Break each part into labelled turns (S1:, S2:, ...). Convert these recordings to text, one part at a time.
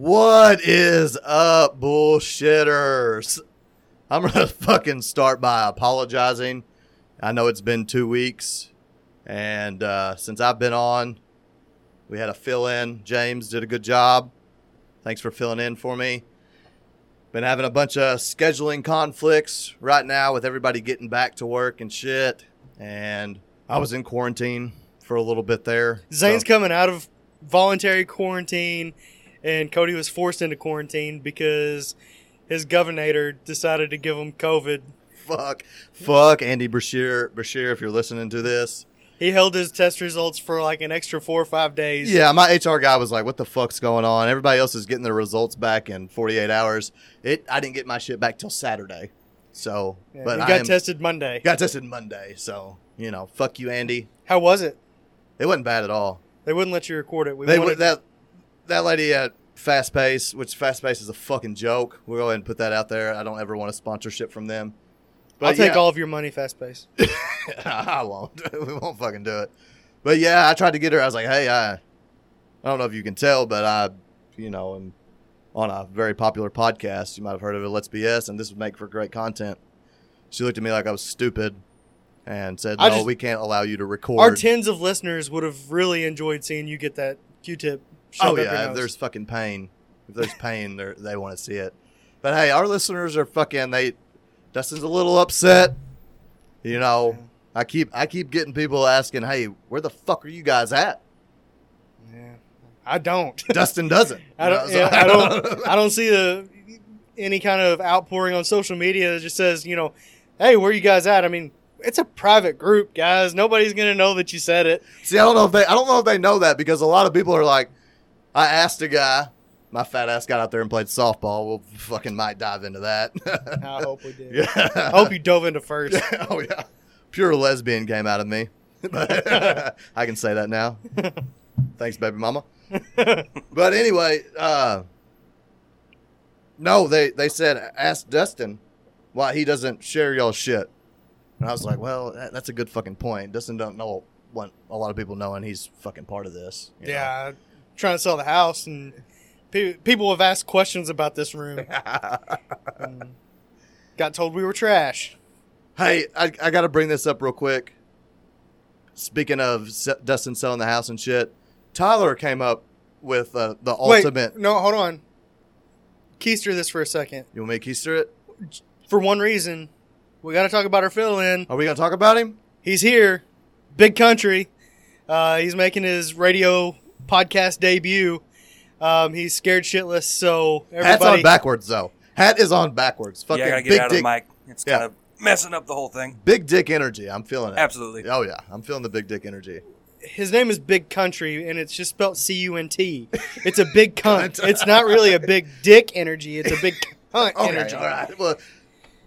S1: What is up, bullshitters? I'm gonna fucking start by apologizing. I know it's been two weeks, and uh, since I've been on, we had a fill in. James did a good job. Thanks for filling in for me. Been having a bunch of scheduling conflicts right now with everybody getting back to work and shit. And I was in quarantine for a little bit there.
S2: Zane's
S1: so-
S2: coming out of voluntary quarantine, and Cody was forced into quarantine because his governor decided to give him COVID.
S1: fuck, fuck Andy Brashear, Brashear, if you're listening to this.
S2: He held his test results for like an extra four or five days.
S1: Yeah, my HR guy was like, "What the fuck's going on?" Everybody else is getting their results back in 48 hours. It, I didn't get my shit back till Saturday, so
S2: Yeah,
S1: but
S2: he
S1: I
S2: got
S1: am-
S2: tested Monday.
S1: got tested Monday. So you know, fuck you, Andy.
S2: How was it?
S1: It wasn't bad at all.
S2: They wouldn't let you record it. We
S1: They,
S2: wanted-
S1: that that lady at Fast Pace, which Fast Pace is a fucking joke. We'll go ahead and put that out there. I don't ever want a sponsorship from them.
S2: I'll take
S1: yeah.
S2: all of your money, fast pace.
S1: I won't. we won't fucking do it. But yeah, I tried to get her. I was like, hey, I, I don't know if you can tell, but I, you know, am on a very popular podcast. You might have heard of it, Let's BS, and this would make for great content. She looked at me like I was stupid and said, no,
S2: I just-
S1: we can't allow you to record.
S2: Our tens of listeners would have really enjoyed seeing you get that Q-tip. shoved
S1: oh,
S2: up your
S1: yeah. If
S2: nose.
S1: there's fucking pain, if there's pain, they're- they want to see it. But hey, our listeners are fucking, they, Dustin's a little upset. You know, I keep I keep getting people asking, "Hey, where the fuck are you guys at?"
S2: Yeah. I don't.
S1: Dustin doesn't.
S2: I don't.
S1: You know,
S2: Yeah,
S1: so-
S2: I don't. I don't see the any kind of outpouring on social media that just says, you know, hey, where you guys at? I mean, it's a private group, guys. Nobody's gonna know that you said it.
S1: See, I don't know if they. I don't know if they know that because a lot of people are like, I asked a guy, my fat ass got out there and played softball. We'll fucking might dive into that.
S2: I hope we did.
S1: yeah.
S2: I hope you dove into first.
S1: oh yeah. Pure lesbian came out of me. But I can say that now. Thanks, baby mama. but anyway, uh, no, they they said ask Dustin why he doesn't share y'all shit, and I was like, well, that, that's a good fucking point. Dustin don't know what a lot of people know, and he's fucking part of this. you know?
S2: yeah, trying to sell the house, and pe- people have asked questions about this room. and got told we were trash.
S1: Hey, I, I got to bring this up real quick. Speaking of se- Dustin selling the house and shit, Tyler came up with uh, the ultimate.
S2: Wait, no, hold on. Keister this for a second.
S1: You want me to keister it?
S2: For one reason, we got to talk about our fill-in.
S1: Are we gonna talk about him?
S2: he's here, big country. Uh, he's making his radio podcast debut. Um, he's scared shitless, so
S1: Hat's on
S2: everybody.
S1: backwards though. Hat is on backwards. Fucking
S3: yeah, I gotta get
S1: big
S3: out
S1: dick,
S3: of the mic. It's
S1: Yeah.
S3: kind of messing up the whole thing.
S1: big dick energy. I'm feeling it.
S3: Absolutely.
S1: Oh yeah, I'm feeling the big dick energy.
S2: His name is Big Country, and it's just spelled C U N T. It's a big cunt. it's not really a big dick energy. It's a big cunt
S1: Okay,
S2: energy.
S1: all right. Well,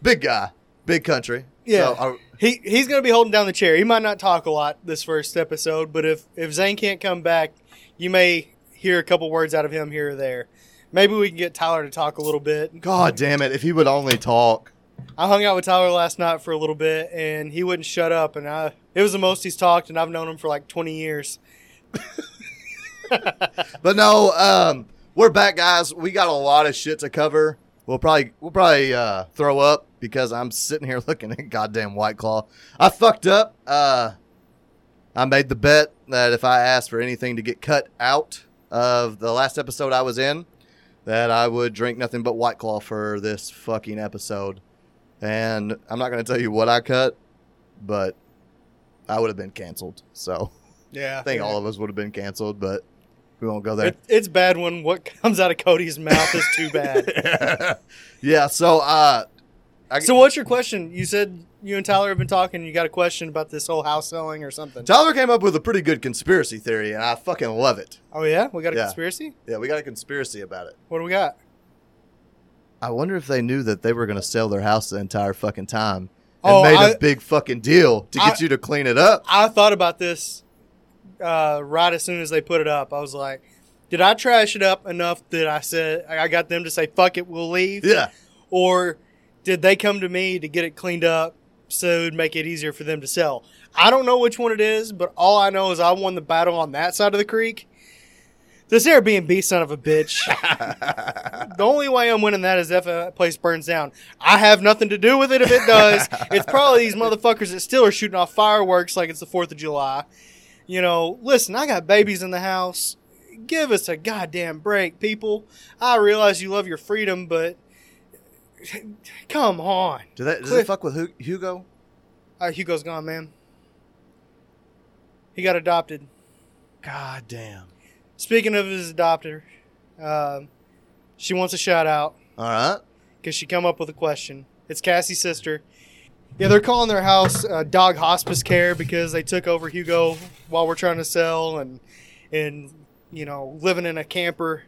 S1: big guy, big country.
S2: Yeah.
S1: So, uh, are-
S2: He he's gonna be holding down the chair. He might not talk a lot this first episode, but if if Zane can't come back, you may hear a couple words out of him here or there. Maybe we can get Tyler to talk a little bit.
S1: God damn it! If he would only talk.
S2: I hung out with Tyler last night for a little bit, and he wouldn't shut up. And I, it was the most he's talked, and I've known him for like twenty years.
S1: But no, um, we're back, guys. We got a lot of shit to cover. We'll probably we'll probably uh, throw up because I'm sitting here looking at goddamn White Claw. I fucked up. Uh, I made the bet that if I asked for anything to get cut out of the last episode I was in, that I would drink nothing but White Claw for this fucking episode. And I'm not going to tell you what I cut, but I would have been canceled. So
S2: Yeah,
S1: I think all of us would have been canceled, but we won't go there.
S2: it, it's bad when what comes out of Cody's mouth is too bad.
S1: yeah. So, uh, I,
S2: so, what's your question? You said you and Tyler have been talking. You got a question about this whole house selling or something?
S1: Tyler came up with a pretty good conspiracy theory, and I fucking love it.
S2: oh yeah, we got a
S1: Yeah.
S2: conspiracy.
S1: Yeah, we got a conspiracy about it.
S2: What do we got?
S1: I wonder if they knew that they were going to sell their house the entire fucking time and
S2: Oh,
S1: made a
S2: I-
S1: big fucking deal to get
S2: I-
S1: you to clean it up.
S2: I thought about this uh, right as soon as they put it up. I was like, did I trash it up enough that I said I got them to say fuck it, we'll leave?
S1: Yeah.
S2: or did they come to me to get it cleaned up so it'd make it easier for them to sell? I don't know which one it is, but all I know is I won the battle on that side of the creek. This Airbnb son of a bitch. the only way I'm winning that is if a place burns down. I have nothing to do with it if it does. it's probably these motherfuckers that still are shooting off fireworks like it's the 4th of July. You know, listen, I got babies in the house. Give us a goddamn break, people. I realize you love your freedom, but come on.
S1: Do that, does it
S2: Cliff-
S1: fuck with Hu- Hugo?
S2: Uh, Hugo's gone, man. He got adopted.
S1: God damn.
S2: Speaking of his adopter, um, she wants a shout out
S1: All right.
S2: because she come up with a question. It's Cassie's sister. Yeah, they're calling their house uh, dog hospice care because they took over Hugo while we're trying to sell and and you know living in a camper.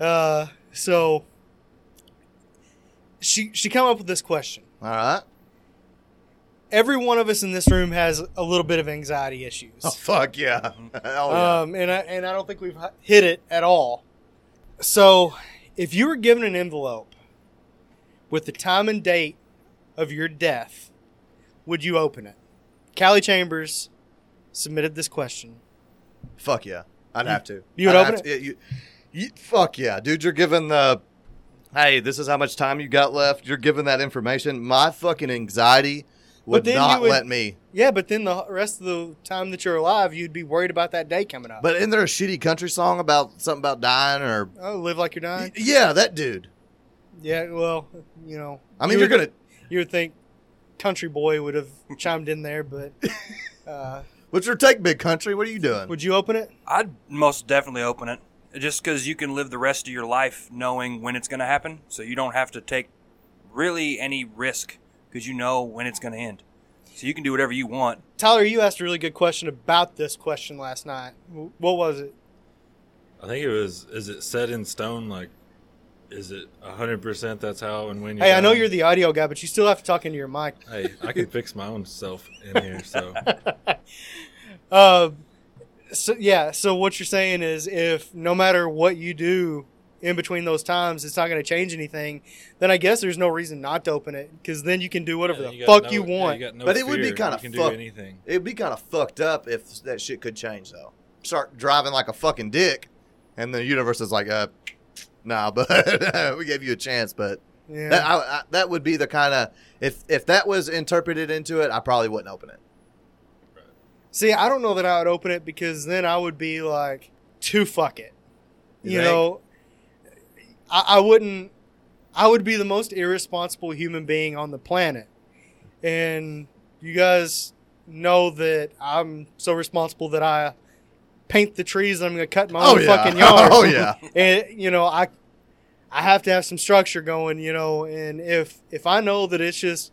S2: Uh, so she she come up with this question.
S1: All right.
S2: Every one of us in this room has a little bit of anxiety issues.
S1: Oh, fuck yeah. Hell Oh, yeah.
S2: Um, and I and I don't think we've hi- hit it at all. So, if you were given an envelope with the time and date of your death, would you open it? Callie Chambers submitted this question.
S1: Fuck yeah. I'd have to.
S2: you would
S1: I'd
S2: open
S1: have to- yeah, you- you- fuck yeah. Dude, you're given the, hey, this is how much time you got left. You're given that information. My fucking anxiety would
S2: then you
S1: not
S2: would-
S1: let me.
S2: Yeah, but then the rest of the time that you're alive, you'd be worried about that day coming up.
S1: But isn't there a shitty country song about something about dying or.
S2: oh, live like you're
S1: Y-
S2: dying.
S1: Yeah, that dude.
S2: Yeah, well, you know.
S1: I mean,
S2: you
S1: you're
S2: would-
S1: going to.
S2: You would think Country Boy would have chimed in there, but uh,
S1: What's your take, big country? What are you doing?
S2: would you open it?
S3: I'd most definitely open it. Just because you can live the rest of your life knowing when it's going to happen, so you don't have to take really any risk because you know when it's going to end. So you can do whatever you want.
S2: Tyler, you asked a really good question about this question last night. W- What was it?
S4: I think it was. Is it set in stone? Like, is it hundred percent? That's how and when.
S2: Hey, I know
S4: dying?
S2: you're the audio guy, but you still have to talk into your mic.
S4: Hey, I can fix my own self in here. So
S2: Uh, so yeah, so what you're saying is, if no matter what you do in between those times, it's not going to change anything, then I guess there's no reason not to open it because then you can do whatever the
S4: You got
S2: fuck
S4: no-
S2: you
S4: yeah,
S2: want.
S4: got no
S1: But it would be
S4: fear.
S1: kinda
S4: You can
S1: fuck-
S4: do anything.
S1: It'd be kind of fucked up if that shit could change though. Start driving like a fucking dick, and the universe is like, uh, nah, but we gave you a chance. But
S2: yeah.
S1: that, I, I, that would be the kind of if if that was interpreted into it, I probably wouldn't open it.
S2: See, I don't know that I would open it because then I would be like, too fuck it.
S1: You
S2: You,
S1: think?
S2: know, I, I wouldn't, I would be the most irresponsible human being on the planet. And you guys know that I'm so responsible that I paint the trees that I'm going to cut in my own fucking yard.
S1: oh yeah,
S2: And, you know, I, I have to have some structure going, you know, and if, if I know that it's just,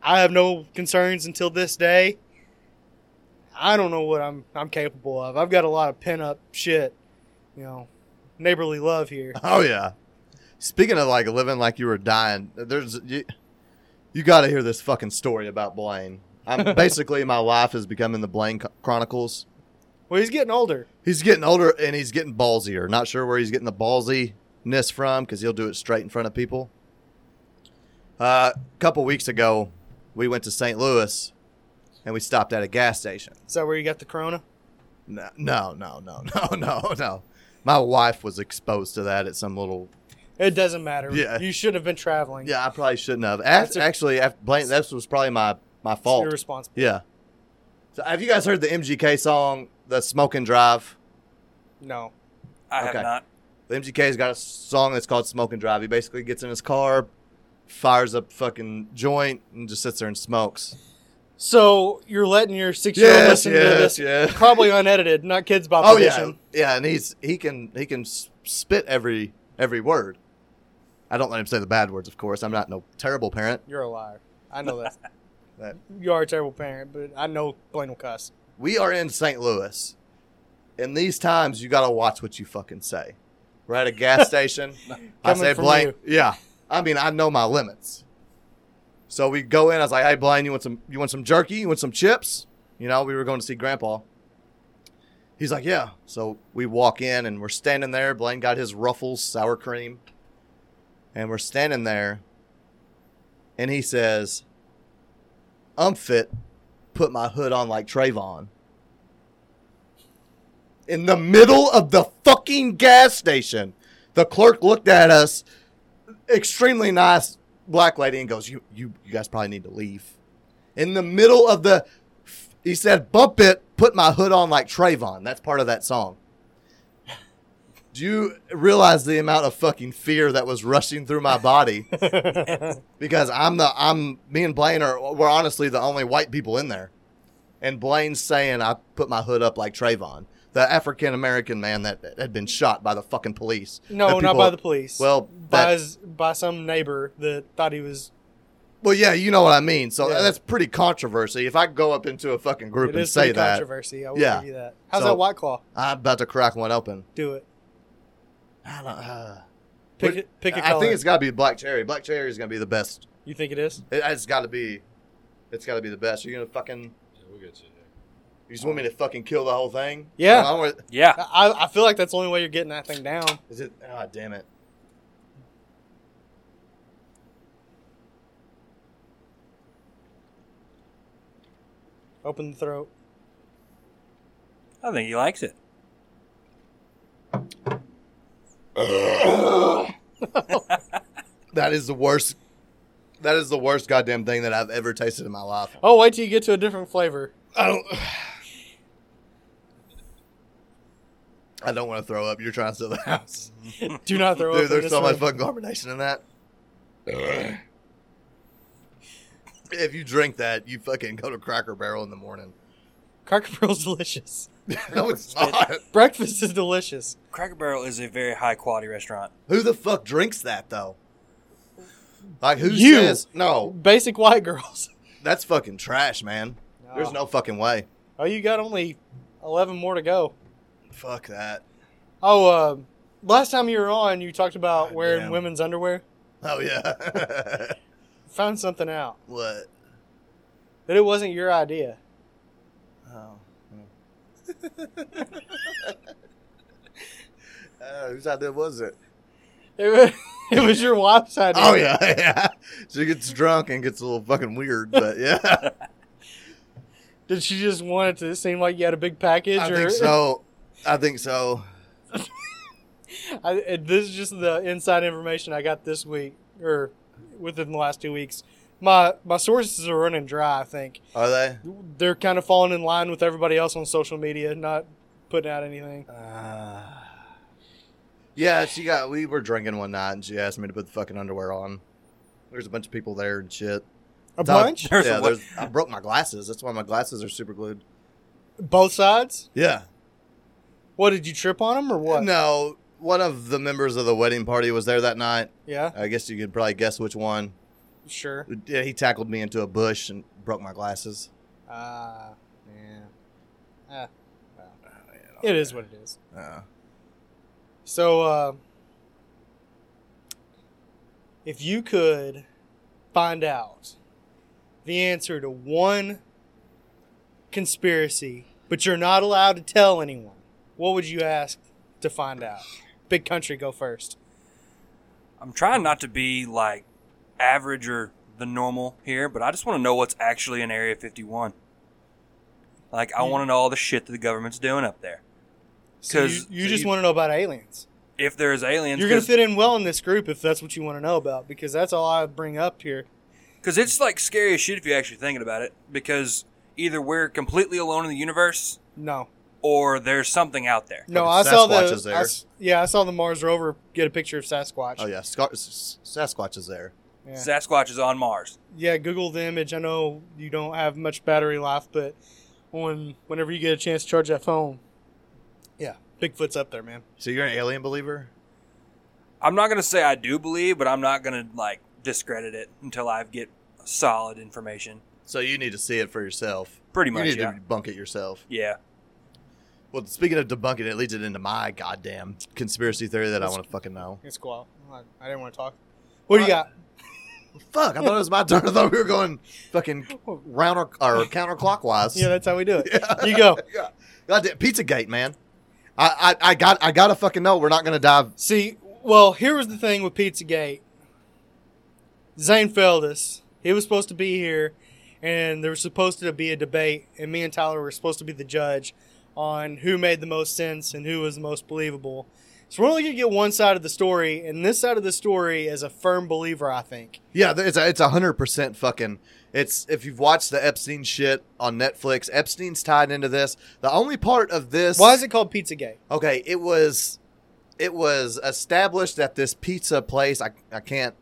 S2: I have no concerns until this day, I don't know what I'm I'm capable of. I've got a lot of pent up shit, you know, neighborly love here.
S1: oh yeah. Speaking of like living like you were dying, there's you, you got to hear this fucking story about Blaine. I'm basically my life is becoming the Blaine Chronicles.
S2: Well, he's getting older.
S1: He's getting older and he's getting ballsier. Not sure where he's getting the ballsiness from because he'll do it straight in front of people. Uh, a couple weeks ago, we went to St. Louis and we stopped at a gas station.
S2: Is that where you got the corona?
S1: No, no, no, no, no, no, no. My wife was exposed to that at some little.
S2: It doesn't matter.
S1: Yeah.
S2: You shouldn't have been traveling.
S1: Yeah, I probably shouldn't have.
S2: That's
S1: Af
S2: a-
S1: actually, af blame, that was probably my my
S2: It's
S1: fault.
S2: irresponsible.
S1: Yeah. So, have you guys heard the MGK song, "The Smoke and Drive"?
S2: No.
S3: I
S1: Okay.
S3: have not.
S1: The MGK's got a song that's called Smoke and Drive. He basically gets in his car, fires up fucking joint, and just sits there and smokes.
S2: So you're letting your six year old listen to this
S1: yeah.
S2: probably unedited, not kids by
S1: Oh yeah,
S2: permission.
S1: yeah. And he's he can he can s- spit every every word. I don't let him say the bad words, of course. I'm not no terrible parent.
S2: You're a liar. I know that.
S1: That-
S2: You are a terrible parent, but I know Blaine will cuss.
S1: we are in St. Louis. In these times, you got to watch what you fucking say. We're at a gas station. I
S2: Coming
S1: say,
S2: from
S1: Blaine.
S2: you.
S1: Yeah. I mean, I know my limits. So we go in. I was like, hey, Blaine, you want some, you want some jerky? You want some chips? You know, we were going to see Grandpa. He's like, yeah. So we walk in and we're standing there. Blaine got his Ruffles sour cream. And we're standing there. And he says, I'm fit. Put my hood on like Trayvon. in the middle of the fucking gas station. The clerk looked at us, extremely nice black lady, and goes, "You, you, you guys probably need to leave." In the middle of the, he said, "Bump it, put my hood on like Trayvon." That's part of that song. Do you realize the amount of fucking fear that was rushing through my body? because I'm the I'm me and Blaine are we're honestly the only white people in there, and Blaine's saying I put my hood up like Trayvon, the African American man that that had been shot by the fucking police.
S2: No,
S1: That
S2: not
S1: people-
S2: by the police.
S1: Well,
S2: by
S1: that-
S2: his, by some neighbor that thought he was.
S1: Well, yeah, you know what I mean. So
S2: Yeah.
S1: that's pretty controversy. If I go up into a fucking group
S2: It
S1: and
S2: is
S1: say
S2: pretty
S1: that,
S2: controversy. I will
S1: Yeah.
S2: give you that. How's
S1: So-
S2: that White Claw?
S1: I'm about to crack one open.
S2: Do it.
S1: I don't. Uh,
S2: Pick
S1: What-
S2: it. Pick a
S1: I
S2: color.
S1: think it's got to be black cherry. Black cherry is gonna be the best.
S2: you think it is?
S1: It, it's got to be. It's got to be the best. You're gonna fucking.
S4: Yeah, we'll get you.
S1: You just want me to fucking kill the whole thing?
S2: Yeah.
S1: I want-
S3: Yeah.
S2: I, I feel like that's the only way you're getting that thing down.
S1: Is it? Ah, damn it.
S2: Open the throat.
S3: I think he likes it.
S1: That is the worst. That is the worst goddamn thing that I've ever tasted in my life.
S2: Oh, wait till you get to a different flavor.
S1: I don't. I don't want to throw up. You're trying to sell the house,
S2: Do not throw
S1: dude.
S2: up.
S1: There's so much
S2: much
S1: fucking carbonation in that. if you drink that, you fucking go to Cracker Barrel in the morning.
S2: Cracker Barrel's delicious.
S1: no, it's not.
S2: Breakfast is delicious.
S3: Cracker Barrel is a very high quality restaurant.
S1: Who the fuck drinks that though? Like who
S2: You.
S1: says no?
S2: Basic white girls.
S1: That's fucking trash, man. There's no fucking way.
S2: Oh, you got only eleven more to go.
S1: Fuck that.
S2: Oh, uh, last time you were on, you talked about
S1: God
S2: wearing
S1: damn.
S2: women's underwear.
S1: Oh yeah.
S2: Found something out
S1: what?
S2: that it wasn't your idea.
S1: Oh. Uh, whose idea was it?
S2: It was, it was your wife's idea.
S1: Oh yeah, yeah. She gets drunk and gets a little fucking weird, but yeah,
S2: Did she just want it to seem like you had a big package?
S1: I
S2: or
S1: think so. I think so.
S2: I, and this is just the inside information I got this week or within the last two weeks. My my sources are running dry. I think
S1: Are they?
S2: they're kind of falling in line with everybody else on social media, not putting out anything.
S1: Uh, yeah, she got. We were drinking one night, and she asked me to put the fucking underwear on. There's a bunch of people there and shit.
S2: A
S1: Dog-
S2: bunch,
S3: There's
S1: yeah,
S3: a-
S1: there's, I broke my glasses. That's why my glasses are super glued.
S2: both sides.
S1: Yeah.
S2: What did you trip on them or what?
S1: No, one of the members of the wedding party was there that night.
S2: Yeah,
S1: I guess you could probably guess which one.
S2: sure.
S1: Yeah, he tackled me into a bush and broke my glasses.
S2: Ah, yeah. Ah, well, it is what it is.
S1: Uh,
S2: So, uh, if you could find out the answer to one conspiracy, but you're not allowed to tell anyone, what would you ask to find out? Big country, go first.
S3: I'm trying not to be like average or the normal here, but I just want to know what's actually in Area 51. Like, I want to know all the shit that the government's doing up there.
S2: So you,
S3: 'Cause-
S2: you
S3: so
S2: just want to know about aliens.
S3: if there's aliens,
S2: You're going to fit in well in this group if that's what you want to know about, because that's all I bring up here.
S3: because it's like scary as shit if you're actually thinking about it. Because either we're completely alone in the universe,
S2: No,
S3: or there's something out there.
S2: no, I
S1: Fucking
S2: saw
S1: Sasquatch is
S2: the
S1: there.
S2: I s- yeah, I saw the Mars rover get a picture of Sasquatch.
S1: oh yeah, Scar- S- Sasquatch is there.
S2: Yeah.
S3: Sasquatch is on Mars.
S2: yeah, Google the image. I know you don't have much battery life, but when whenever you get a chance to charge that phone, yeah, Bigfoot's up there, man.
S1: So you're an alien believer?
S3: I'm not gonna say I do believe, but I'm not gonna like discredit it until I get solid information.
S1: So you need to see it for yourself.
S3: Pretty
S1: You
S3: much,
S1: need
S3: yeah.
S1: to debunk it yourself.
S3: yeah.
S1: Well, speaking of debunking, it leads it into my goddamn conspiracy theory that I want to fucking know.
S2: It's cool. I, I didn't want to talk. What do you got?
S1: Fuck, I thought it was my turn. I thought we were going fucking round or, or counterclockwise.
S2: Yeah, that's how we do it. You go.
S1: Yeah. Goddamn Pizza Gate, man. I, I, I got I gotta fucking know. We're not gonna dive.
S2: See, well, here was the thing with Pizzagate. Zane Feldis, he was supposed to be here, and there was supposed to be a debate, and me and Tyler were supposed to be the judge on who made the most sense and who was the most believable. So we're only gonna get one side of the story, and this side of the story is a firm believer, I think.
S1: Yeah, th- it's a, it's hundred percent fucking. It's if you've watched the Epstein shit on Netflix, Epstein's tied into this. The only part of this
S2: Why is it called Pizzagate?
S1: okay. It was it was established at this pizza place. I I can't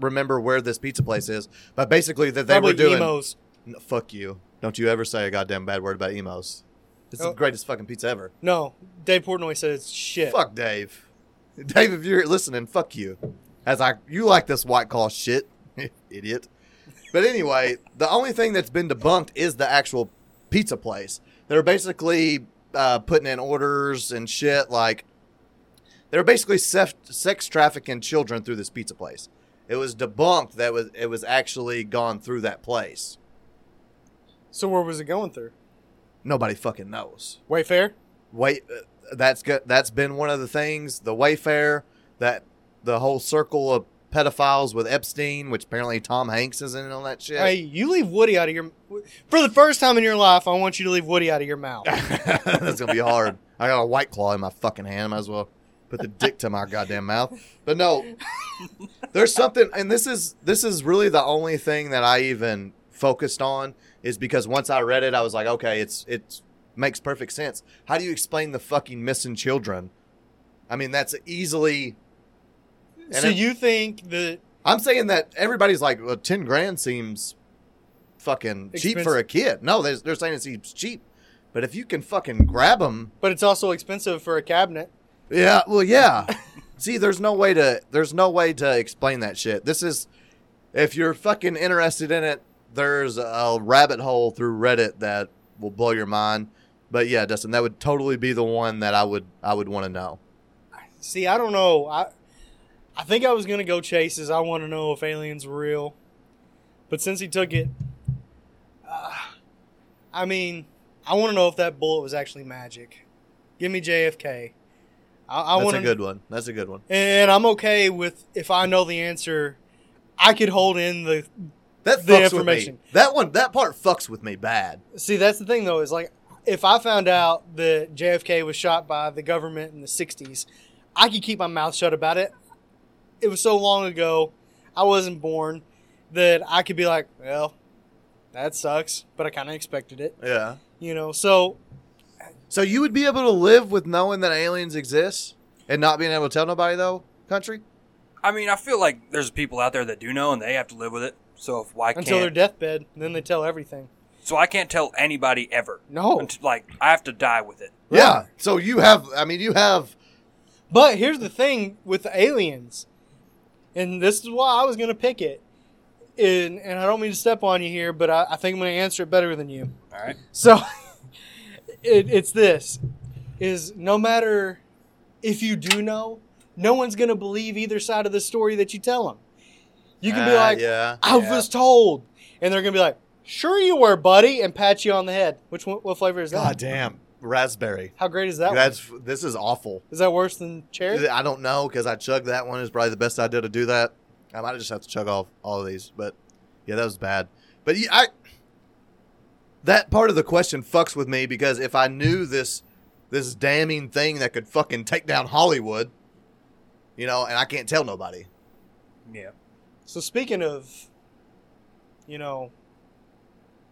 S1: remember where this pizza place is, but basically that they
S2: Probably
S1: were doing.
S2: emos.
S1: No, fuck you! Don't you ever say a goddamn bad word about emos. It's
S2: Oh.
S1: the greatest fucking pizza ever.
S2: No, Dave Portnoy says shit.
S1: Fuck Dave. Dave, if you're listening, fuck you. As I, you like this white claw shit, idiot. But anyway, the only thing that's been debunked is the actual pizza place. They're basically uh, putting in orders and shit. Like they're basically sef- sex trafficking children through this pizza place. It was debunked that was it was actually gone through that place.
S2: So where was it going through?
S1: Nobody fucking knows.
S2: Wayfair.
S1: Wait, uh, that's good. That's been one of the things. The Wayfair, that the whole circle of pedophiles with Epstein, which apparently Tom Hanks is in on that shit.
S2: Hey, you leave Woody out of your. For the first time in your life, I want you to leave Woody out of your mouth.
S1: that's gonna be hard. I got a white claw in my fucking hand. Might as well put the dick to my goddamn mouth. But no, there's something, and this is this is really the only thing that I even focused on is because once I read it, I was like, okay, it's it makes perfect sense. How do you explain the fucking missing children? I mean, that's easily. and
S2: so
S1: it-
S2: you think that
S1: I'm saying that everybody's like, well, ten grand seems fucking cheap for
S2: Expensive.
S1: a kid. No, they're, they're saying it seems cheap, but if you can fucking grab them,
S2: But it's also expensive for a cabinet.
S1: yeah, well, yeah. See, there's no way to there's no way to explain that shit. This is if you're fucking interested in it, there's a rabbit hole through Reddit that will blow your mind. But yeah, Dustin, that would totally be the one that I would I would want to know.
S2: See, I don't know. I I think I was gonna go chases. I want to know if aliens were real. But since he took it, uh, I mean, I want to know if that bullet was actually magic. Give me JFK. I, I
S1: That's
S2: want
S1: a good one. That's a good one.
S2: And I'm okay with if I know the answer. I could hold in the.
S1: That
S2: The
S1: fucks
S2: information.
S1: With me. That one that part fucks with me bad.
S2: See, that's the thing though is like if I found out that JFK was shot by the government in the '60s, I could keep my mouth shut about it. It was so long ago, I wasn't born, that I could be like, well, that sucks, but I kind of expected it,
S1: Yeah.
S2: you know. So
S1: So you would be able to live with knowing that aliens exist and not being able to tell nobody though, country?
S3: I mean, I feel like there's people out there that do know and they have to live with it. So if why
S2: until their
S3: can't
S2: deathbed, then they tell everything.
S3: so I can't tell anybody ever.
S2: No,
S3: Unt- like I have to die with it.
S1: Yeah. So you have I mean you have
S2: But here's the thing with the aliens, and this is why I was going to pick it. And, and I don't mean to step on you here, but I, I think I'm going to answer it better than you.
S3: All right.
S2: So it, it's this is no matter if you do know, no one's going to believe either side of the story that you tell them. You can be
S1: Ah,
S2: like,
S1: yeah.
S2: I
S1: yeah.
S2: was told. And they're going to be like, sure you were, buddy, and pat you on the head. Which one, what flavor is that?
S1: God damn. Raspberry.
S2: How great is that? one?
S1: That's this is awful.
S2: Is that worse than cherry?
S1: I don't know because I chugged that one. Is probably the best idea to do that. I might just have to chug off all of these, but yeah, that was bad. But yeah, I that part of the question fucks with me because if I knew this this damning thing that could fucking take down Hollywood, you know, and I can't tell nobody.
S3: Yeah.
S2: So speaking of, you know,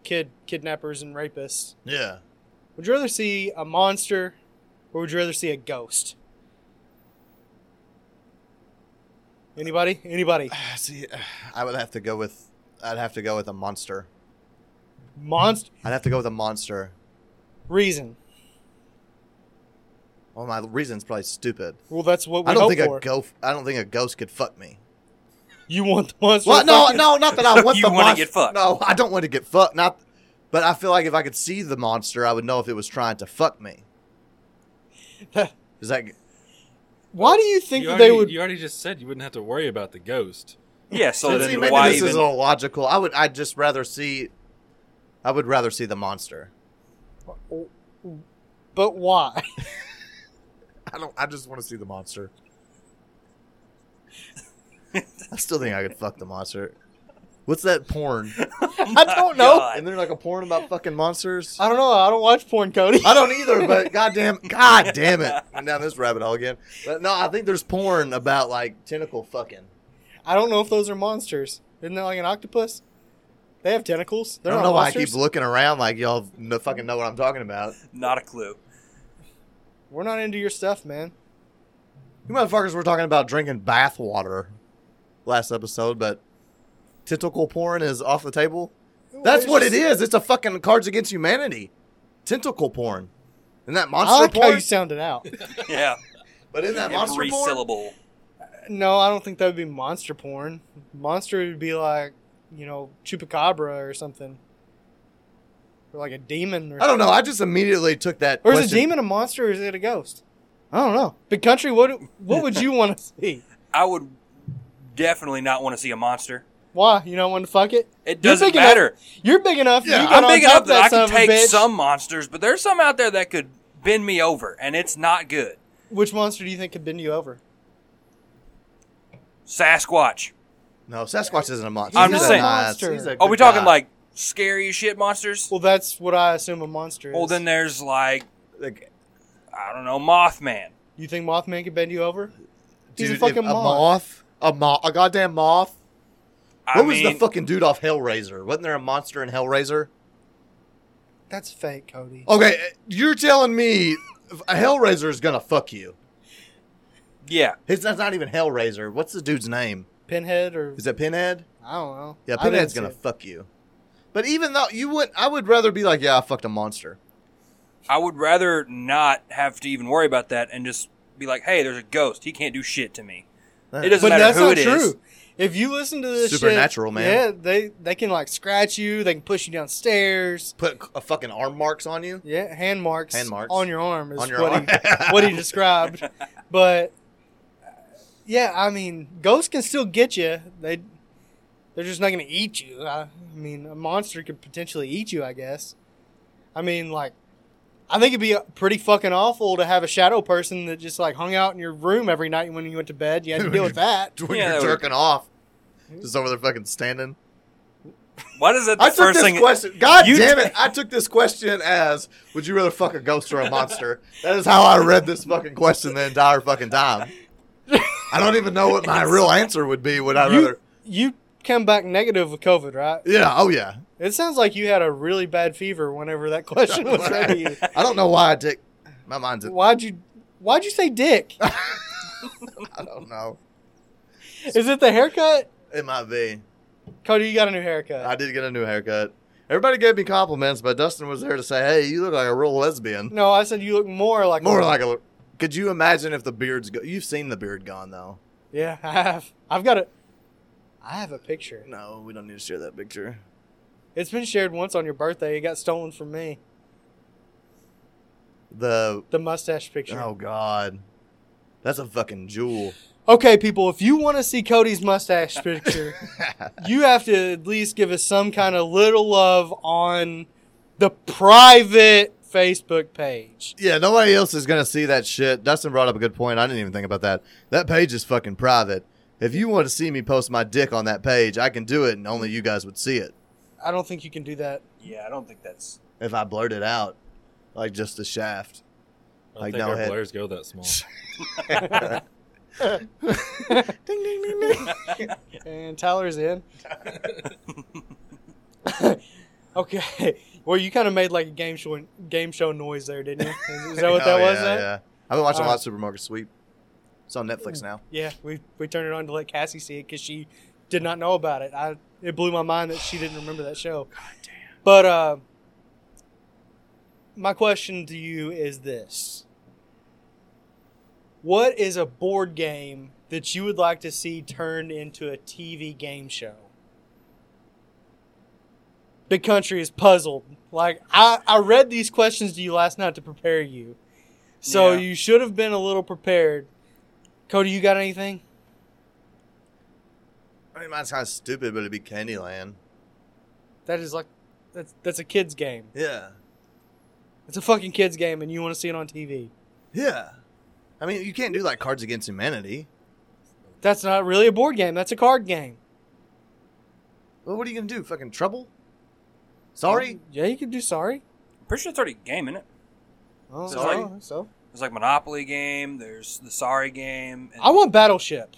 S2: kid kidnappers and rapists,
S1: Yeah.
S2: would you rather see a monster or would you rather see a ghost? Anybody? Anybody?
S1: See, I would have to go with I'd have to go with a monster.
S2: Monster
S1: I'd have to go with a monster.
S2: reason.
S1: Well, my reason's probably stupid.
S2: Well, that's what we
S1: I don't
S2: hope
S1: think
S2: for.
S1: a ghost. I don't think a ghost could fuck me.
S2: you want the monster?
S1: Well,
S2: to
S1: no,
S2: fuck you?
S1: no, not that I want
S3: You
S1: the
S3: wanna
S1: monster.
S3: get fucked.
S1: No, I don't want to get fucked. Not, but I feel like if I could see the monster, I would know if it was trying to fuck me. Is that?
S2: Why do you think
S4: You
S2: that they
S4: already,
S2: would?
S4: you already just said you wouldn't have to worry about the ghost.
S3: Yeah. So
S1: See,
S3: then
S1: maybe
S3: why
S1: this
S3: even?
S1: is illogical. I would. I'd just rather see. I would rather see the monster.
S2: But why?
S1: I don't. I just want to see the monster. I still think I could fuck the monster. What's that porn?
S2: I don't know.
S1: And they're like a porn about fucking monsters.
S2: I don't know. I don't watch porn, Cody.
S1: I don't either, but goddamn, god damn it, went down this rabbit hole again. But no, I think there's porn about like tentacle fucking.
S2: I don't know if those are monsters. Isn't that like an octopus? They have tentacles. They're
S1: I don't
S2: not
S1: know why I
S2: monsters.
S1: keep looking around like y'all no fucking know what I'm talking about.
S3: Not a clue.
S2: We're not into your stuff, man.
S1: You motherfuckers were talking about drinking bath water last episode, but tentacle porn is off the table. That's what it is. It's a fucking Cards Against Humanity tentacle porn. Isn't that
S2: I
S1: monster
S2: like how
S1: porn?
S2: you sounded out.
S3: Yeah.
S1: But isn't that monster
S3: Every
S1: porn?
S3: syllable.
S2: No, I don't think that would be monster porn. Monster would be like, you know, chupacabra or something, or like a demon. Or
S1: I don't know. I just immediately took that.
S2: Or is
S1: question-
S2: a demon a monster or is it a ghost? I don't know. Big country, what what would you want to see?
S3: I would definitely not want to see a monster.
S2: Why you don't want to fuck it?
S3: It
S2: You're
S3: doesn't
S2: big enough-
S3: matter.
S2: You're big enough.
S1: Yeah,
S2: you got
S3: I'm
S2: on
S3: big
S2: top
S3: enough
S2: of
S3: that I
S2: son
S3: can
S2: of a
S3: take
S2: bitch.
S3: some monsters, but there's some out there that could bend me over, and it's not good.
S2: Which monster do you think could bend you over?
S3: Sasquatch.
S1: No, Sasquatch isn't a monster.
S3: I'm
S1: He's
S3: just
S1: a
S3: saying-
S1: nice-
S2: Monster.
S1: he's a
S3: Are
S1: good
S3: we talking
S1: guy.
S3: like scary as shit monsters?
S2: Well, that's what I assume a monster is.
S3: Well, then there's like
S1: Like,
S3: I don't know, Mothman.
S2: you think Mothman could bend you over? He's a
S1: dude, if
S2: fucking
S1: a
S2: moth.
S1: moth. A moth. A goddamn moth.
S3: I
S1: What was
S3: mean,
S1: the fucking dude off Hellraiser? Wasn't there a monster in Hellraiser?
S2: That's fake, Cody.
S1: Okay, you're telling me a Hellraiser is gonna fuck you.
S3: Yeah,
S1: It's that's not even Hellraiser. What's the dude's name?
S2: Pinhead or
S1: Is that Pinhead?
S2: I don't know.
S1: Yeah,
S2: I didn't
S1: Pinhead's
S2: see
S1: gonna
S2: it.
S1: fuck you. But even though you would, I would rather be like, yeah, I fucked a monster.
S3: I would rather not have to even worry about that and just be like, hey, there's a ghost. He can't do shit to me. It doesn't
S2: but
S3: matter
S2: that's
S3: who
S2: not
S3: it is.
S2: true. If you listen to this shit-
S1: Supernatural, man.
S2: Yeah, they they can like scratch you. They can push you downstairs.
S1: Put a fucking arm marks on you.
S2: Yeah, hand marks.
S1: Hand marks.
S2: on your arm is
S1: On your
S2: what,
S1: arm.
S2: He, what he described. But uh, yeah, I mean, ghosts can still get you. They they're just not going to eat you. I, I mean, a monster could potentially eat you. I guess. I mean, like, I think it'd be uh, pretty fucking awful to have a shadow person that just like hung out in your room every night when you went to bed. You had to deal with that.
S1: When
S3: Yeah,
S1: you're
S3: that would-
S1: jerking off, just over there fucking standing.
S3: Why does that the
S1: I took
S3: first
S1: this
S3: thing?
S1: question. God
S3: You-
S1: damn it! I took this question as, "Would you rather fuck a ghost or a monster?" That is how I read this fucking question the entire fucking time. I don't even know what my real answer would be. Would I
S2: You,
S1: rather?
S2: you come back negative with COVID, right?
S1: Yeah. Oh yeah.
S2: It sounds like you had a really bad fever whenever that question was read to you.
S1: I don't know why I dick. My mind's. I
S2: Why'd you Why'd you say dick?
S1: I don't know.
S2: Is it the haircut?
S1: It might be.
S2: Cody, you got a new haircut.
S1: I did get a new haircut. Everybody gave me compliments, but Dustin was there to say, "Hey, you look like a real lesbian."
S2: no, I said you look more like
S1: More like a. Could you imagine if the beard's? Go- You've seen the beard gone though.
S2: yeah. I have. I've got a. I have a picture.
S1: No, we don't need to share that picture.
S2: It's been shared once on your birthday. It got stolen from me.
S1: The
S2: The mustache picture.
S1: Oh God, that's a fucking jewel.
S2: Okay, people, if you want to see Cody's mustache picture, you have to at least give us some kind of little love on the private Facebook page.
S1: yeah, nobody else is gonna see that shit. Dustin brought up a good point. I didn't even think about that. That page is fucking private. If you want to see me post my dick on that page, I can do it, and only you guys would see it
S2: I don't think you can do that.
S3: Yeah, I don't think that's.
S1: if I blurt it out, like just the shaft.
S4: I
S1: Like,
S4: think
S1: no
S4: our
S1: head.
S4: blares go that small.
S1: Ding ding ding ding.
S2: And Tyler's in. okay. Well, you kind of made like a game show game show noise there, didn't you? Is, is that what
S1: Oh,
S2: that was?
S1: Yeah,
S2: then?
S1: yeah. I've been watching a
S2: Uh, Hmm.
S1: lot of Supermarket Sweep. It's on Netflix now.
S2: Yeah, we we turned it on to let Cassie see it because she did not know about it. I it blew my mind that she didn't remember that show. God damn. But uh, my question to you is this: What is a board game that you would like to see turned into a TV game show? Big Country is puzzled. Like I, I read these questions to you last night to prepare you, so
S3: Yeah.
S2: you should have been a little prepared. Cody, you got anything?
S1: I mean, mine's kind of stupid, but it'd be Candyland.
S2: That is like, that's that's a kids game.
S1: Yeah.
S2: It's a fucking kids game, and you want to see it on TV.
S1: Yeah. I mean, you can't do like Cards Against Humanity.
S2: That's not really a board game. That's a card game.
S1: Well, what are you gonna do? Fucking trouble? Sorry.
S2: Um, Yeah, you could do sorry.
S3: Pretty sure it's already a game in it.
S2: Oh,
S3: So,
S2: sorry.
S3: like-
S2: so
S3: There's like Monopoly game. There's the Sorry game. And
S2: I want Battleship.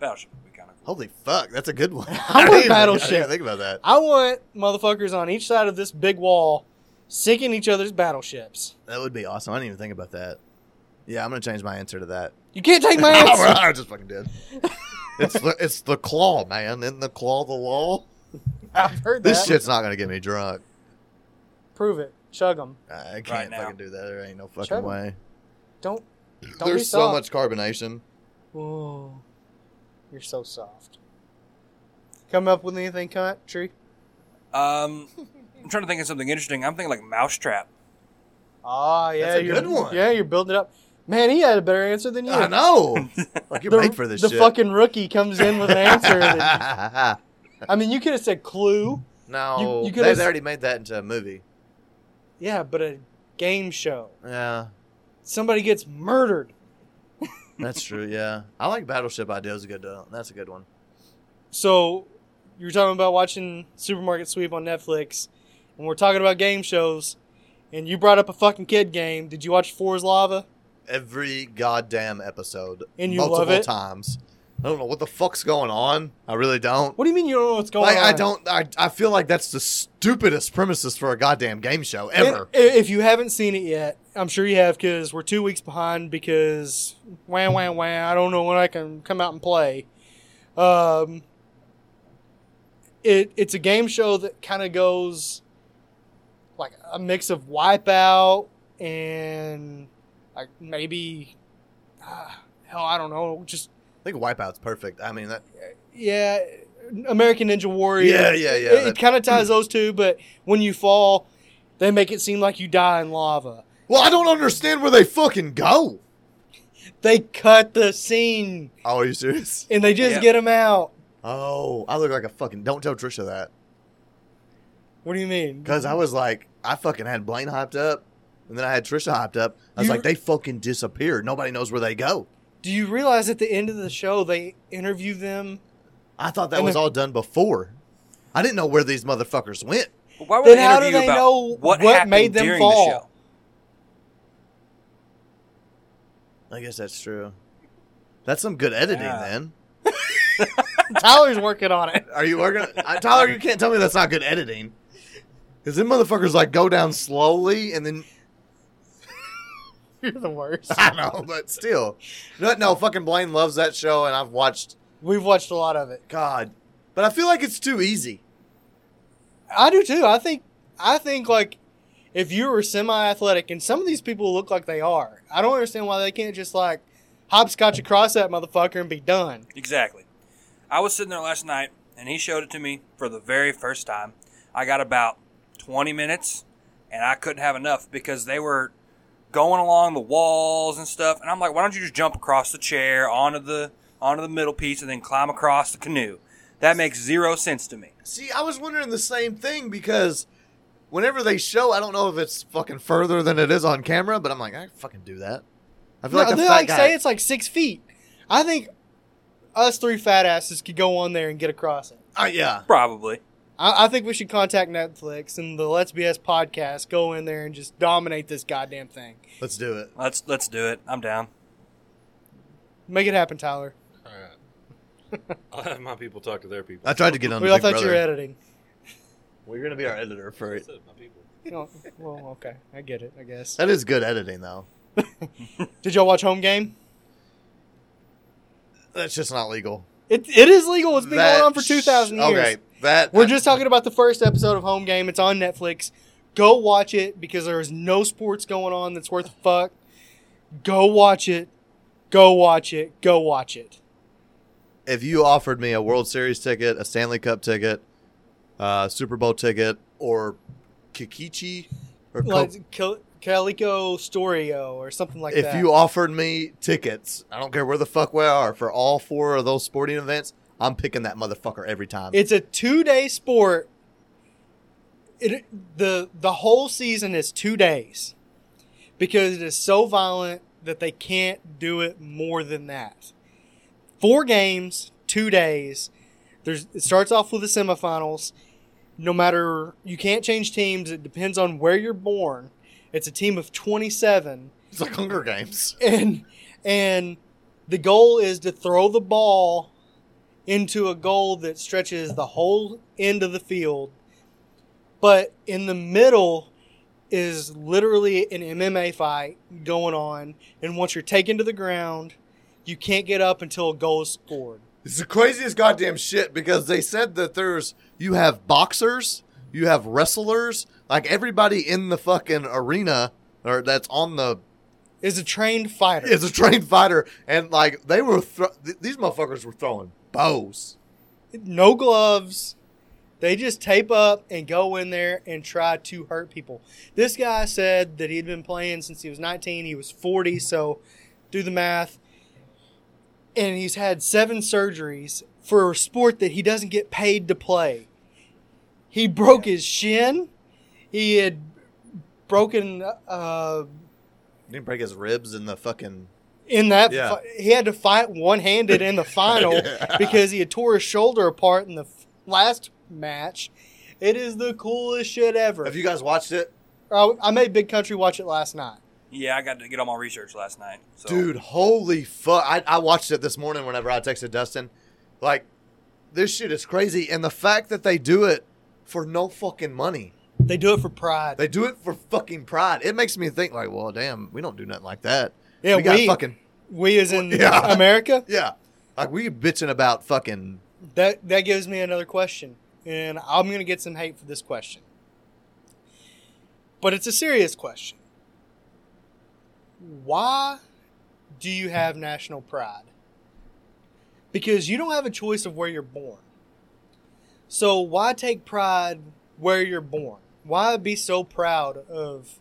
S3: Battleship would be kind of cool.
S1: Holy fuck, that's a good one.
S2: I want
S1: didn't even-
S2: Battleship.
S1: I didn't think about that.
S2: I want motherfuckers on each side of this big wall sinking each other's battleships.
S1: That would be awesome. I didn't even think about that. Yeah, I'm gonna change my answer to that.
S2: You can't take my answer.
S1: I just fucking did. It's the, it's the claw, man. Isn't the claw the law?
S2: I've heard that.
S1: This shit's not gonna get me drunk.
S2: Prove it. Chug them.
S1: I can't
S3: now.
S1: fucking do that. There ain't no fucking
S2: Sure.
S1: way.
S2: Don't. don't be
S1: There's so
S2: soft.
S1: much carbonation.
S2: Whoa. You're so soft. Come up with anything country?
S3: Um, I'm trying to think of something interesting. I'm thinking like Mousetrap.
S2: Ah, yeah.
S1: That's a
S2: you're,
S1: good one.
S2: Yeah, you're building it up. Man, he had a better answer than you.
S1: I know. Like you're
S2: The,
S1: made for this
S2: the
S1: shit.
S2: fucking rookie comes in with an answer. that- I mean, you could have said Clue.
S1: no,
S2: You- you could've
S1: they've
S2: s-
S1: already made that into a movie.
S2: Yeah, but a game show.
S1: Yeah,
S2: Somebody gets murdered.
S1: that's true. Yeah, I like Battleship idea. Is a good. Uh, that's a good one.
S2: So you were talking about watching Supermarket Sweep on Netflix, and we're talking about game shows, and you brought up a fucking kid game. Did you watch Fours Lava?
S1: Every goddamn episode,
S2: And you
S1: multiple
S2: love it?
S1: times. I don't know what the fuck's going on. I really don't.
S2: What do you mean you don't know what's going
S1: Like
S2: on?
S1: I don't. I, I feel like that's the stupidest premises for a goddamn game show ever.
S2: I- i- If you haven't seen it yet, I'm sure you have because we're two weeks behind because wham wham wham. I don't know when I can come out and play. Um, it it's a game show that kind of goes like a mix of Wipeout and like maybe ah, hell I don't know just
S1: I think Wipeout's perfect. I mean that.
S2: yeah American Ninja Warrior
S1: Yeah, yeah, yeah,
S2: it,
S1: that-
S2: kind of ties those two but when you fall they make it seem like you die in lava
S1: Well, I don't understand where they fucking go.
S2: They cut the scene
S1: Oh, are you serious?
S2: and they just
S3: Yeah.
S2: get him out.
S1: Oh, I look like a fucking. Don't tell Trisha that.
S2: What do you mean?
S1: Because I was like, I fucking had Blaine hyped up, and then I had Trisha hyped up. I was
S2: You-
S1: like, they fucking disappeared. Nobody knows where they go.
S2: Do you realize at the end of the show they interview them?
S1: I thought that
S2: And
S1: was
S2: they're-
S1: all done before. I didn't know where these motherfuckers went.
S3: But why would
S2: Then
S3: they
S2: how do
S3: interview
S2: they
S3: about
S2: know
S3: what,
S2: what
S3: happened
S2: made them
S3: during
S2: fall?
S3: the show?
S1: I guess that's true. That's some good editing,
S3: Yeah.
S1: then.
S2: Tyler's working on it.
S1: Are you working? I, Tyler, you can't tell me that's not good editing. Because them motherfuckers like go down slowly, and then
S2: You're the worst.
S1: I know, but still, no, no, fucking Blaine loves that show, and I've watched
S2: We've watched a lot of it.
S1: God, but I feel like it's too easy.
S2: I do too. I think I think like if you were semi athletic and some of these people look like they are, I don't understand why they can't just like hopscotch across that motherfucker and be done.
S3: Exactly. I was sitting there last night, and he showed it to me for the very first time. I got about 20 minutes, and I couldn't have enough because they were going along the walls and stuff. And I'm like, why don't you just jump across the chair onto the onto the middle piece and then climb across the canoe? That makes zero sense to me.
S1: See, I was wondering the same thing because whenever they show, I don't know if it's fucking further than it is on camera, but I'm like, I can fucking do that. I feel
S2: No,
S1: like the
S2: they
S1: fat
S2: like
S1: guy.
S2: say it's like six feet. I think us three fat asses could go on there and get across it.
S1: Oh, yeah,
S3: Probably.
S2: I, I think we should contact Netflix and the Let's BS podcast. Go in there and just dominate this goddamn thing.
S1: let's do it.
S3: Let's let's do it. I'm down.
S2: Make it happen, Tyler.
S4: All right. I'll have my people talk to their people.
S1: I tried to get on.
S2: We
S1: the
S2: all
S1: Big
S2: thought
S1: Brother.
S2: you were editing.
S1: Well, you're gonna be our editor for
S4: I
S1: it.
S4: said my people.
S2: You know, Oh, well, okay, I get it. I guess.
S1: That is good editing, though.
S2: Did y'all watch Home Game?
S1: That's just not legal.
S2: It, it is legal. It's been
S1: That-
S2: going on for two thousand years.
S1: Okay, that
S2: We're just talking about the first episode of Home Game. It's on Netflix. Go watch it because there is no sports going on that's worth a fuck. Go watch it. Go watch it. Go watch it.
S1: if you offered me a World Series ticket, a Stanley Cup ticket, uh, Super Bowl ticket, or Kikichi or Coke
S2: Like Cal- Calico Storio or something like
S1: if
S2: that.
S1: you offered me tickets, I don't care where the fuck we are for all four of those sporting events, I'm picking that motherfucker every time.
S2: It's a two day sport. It the the whole season is two days because it is so violent that they can't do it more than that. Four games, two days. There's it starts off with the semifinals. No matter you can't change teams. It depends on where you're born. It's a team of 27
S1: It's like Hunger Games.
S2: and and the goal is to throw the ball into a goal that stretches the whole end of the field but in the middle is literally an MMA fight going on and once you're taken to the ground you can't get up until a goal is scored
S1: It's the craziest goddamn shit because they said that there's you have boxers, you have wrestlers, like everybody in the fucking arena or that's on the
S2: is a trained fighter
S1: is a trained fighter, and like they were thro- th- these motherfuckers were throwing bows.
S2: no gloves. They just tape up and go in there and try to hurt people. This guy said that he'd been playing since he was 19. He was 40, so do the math. And he's had seven surgeries for a sport that he doesn't get paid to play. He broke his shin. He had broken uh,
S1: Didn't break his ribs in the fucking
S2: in that
S1: Yeah.
S2: fi- he had to fight one-handed in the final because he had tore his shoulder apart in the f- last match it is the coolest shit ever
S1: Have you guys watched it?
S2: I, I made big country watch it last night
S3: Yeah, I got to get all my research last night. So.
S1: Dude, holy fuck. I, I watched it this morning whenever I texted Dustin. Like, this shit is crazy. And the fact that they do it for no fucking money,
S2: they do it for pride
S1: they do it for fucking pride. It makes me think, like, well, damn, we don't do nothing like that.
S2: yeah
S1: we
S2: we,
S1: got fucking,
S2: we as in
S1: Yeah.
S2: america
S1: yeah. Like, we bitching about fucking,
S2: that that gives me another question and i'm gonna get some hate for this question but it's a serious question why do you have national pride because you don't have a choice of where you're born so why take pride where you're born why be so proud of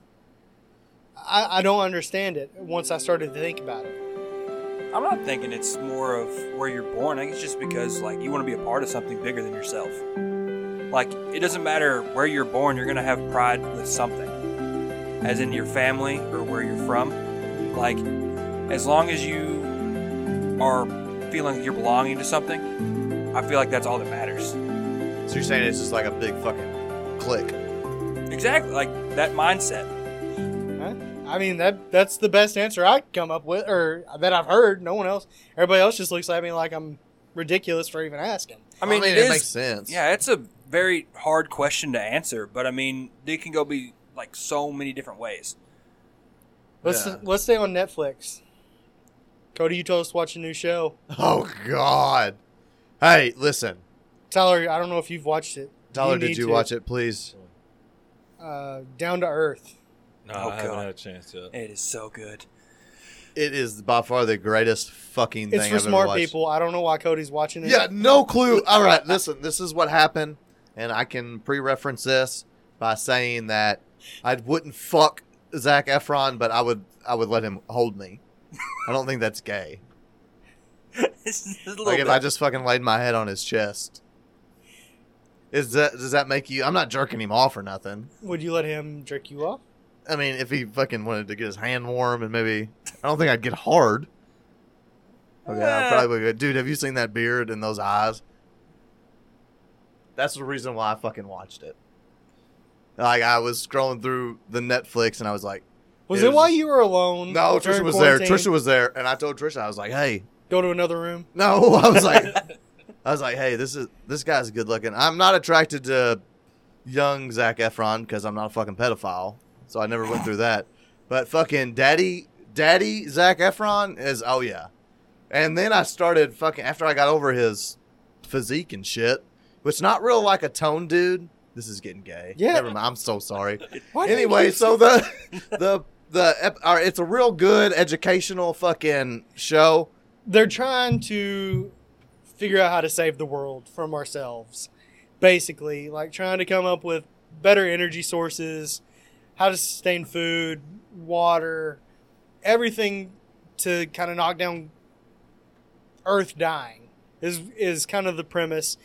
S2: i, I don't understand it once i started to think about it
S3: I'm not thinking it's more of where you're born. I think it's just because like you want to be a part of something bigger than yourself. Like it doesn't matter where you're born, you're gonna have pride with something, as in your family or where you're from. Like as long as you are feeling you're belonging to something, I feel like that's all that matters.
S1: so you're saying it's just like a big fucking click.
S3: Exactly, like that mindset.
S2: I mean that that's the best answer I could come up with, or that I've heard. No one else. Everybody else just looks at me like I'm ridiculous for even asking.
S3: I mean,
S1: it,
S3: it is
S1: makes sense.
S3: Yeah, it's a very hard question to answer, but I mean, it can go be like so many different ways.
S2: Let's
S1: Yeah.
S2: let's stay on Netflix. Cody, you told us to watch a new show.
S1: Oh, God. Hey, listen.
S2: Tyler, I don't know if you've watched it.
S1: Tyler, did you watch it, please?
S2: Uh, Down to Earth.
S4: No,
S3: Oh,
S4: I haven't
S3: God.
S4: had a chance yet.
S3: It is so good.
S1: It is by far the greatest fucking thing
S2: It's for
S1: I've ever
S2: smart
S1: watched.
S2: people. I don't know why Cody's watching it.
S1: Yeah, no clue. All right, listen, this is what happened, and I can pre reference this by saying that I wouldn't fuck Zach Efron, but I would I would let him hold me. I don't think that's gay.
S3: This is a little
S1: Like if
S3: bit-
S1: I just fucking laid my head on his chest. Is that does that make you I'm not jerking him off or nothing.
S2: Would you let him jerk you off?
S1: I mean, if he fucking wanted to get his hand warm and maybe I don't think I'd get hard. Okay, I
S3: Uh.
S1: probably would. Dude, have you seen that beard and those eyes? That's the reason why I fucking watched it. Like I was scrolling through the Netflix and I was like,
S2: Was
S1: It
S2: it,
S1: was-
S2: while you were alone?
S1: "No,
S2: during
S1: Trisha was there.
S2: quarantine?
S1: Trisha was there." And I told Trisha, I was like, "Hey,
S2: go to another room.
S1: no." I was like, I was like, "Hey, this is this guy's good looking. I'm not attracted to young Zach Efron because I'm not a fucking pedophile, so I never went through that. But fucking daddy, daddy Zach Efron is oh yeah. And then I started fucking after I got over his physique and shit, which not real like a tone dude. This is getting gay.
S2: Yeah.
S1: Never mind. I'm so sorry.
S2: Why did
S1: anyway,
S2: you-
S1: so the the the ep- all right, it's a real good educational fucking show.
S2: they're trying to figure out how to save the world from ourselves basically like trying to come up with better energy sources how to sustain food water everything to kind of knock down earth dying is is kind of the premise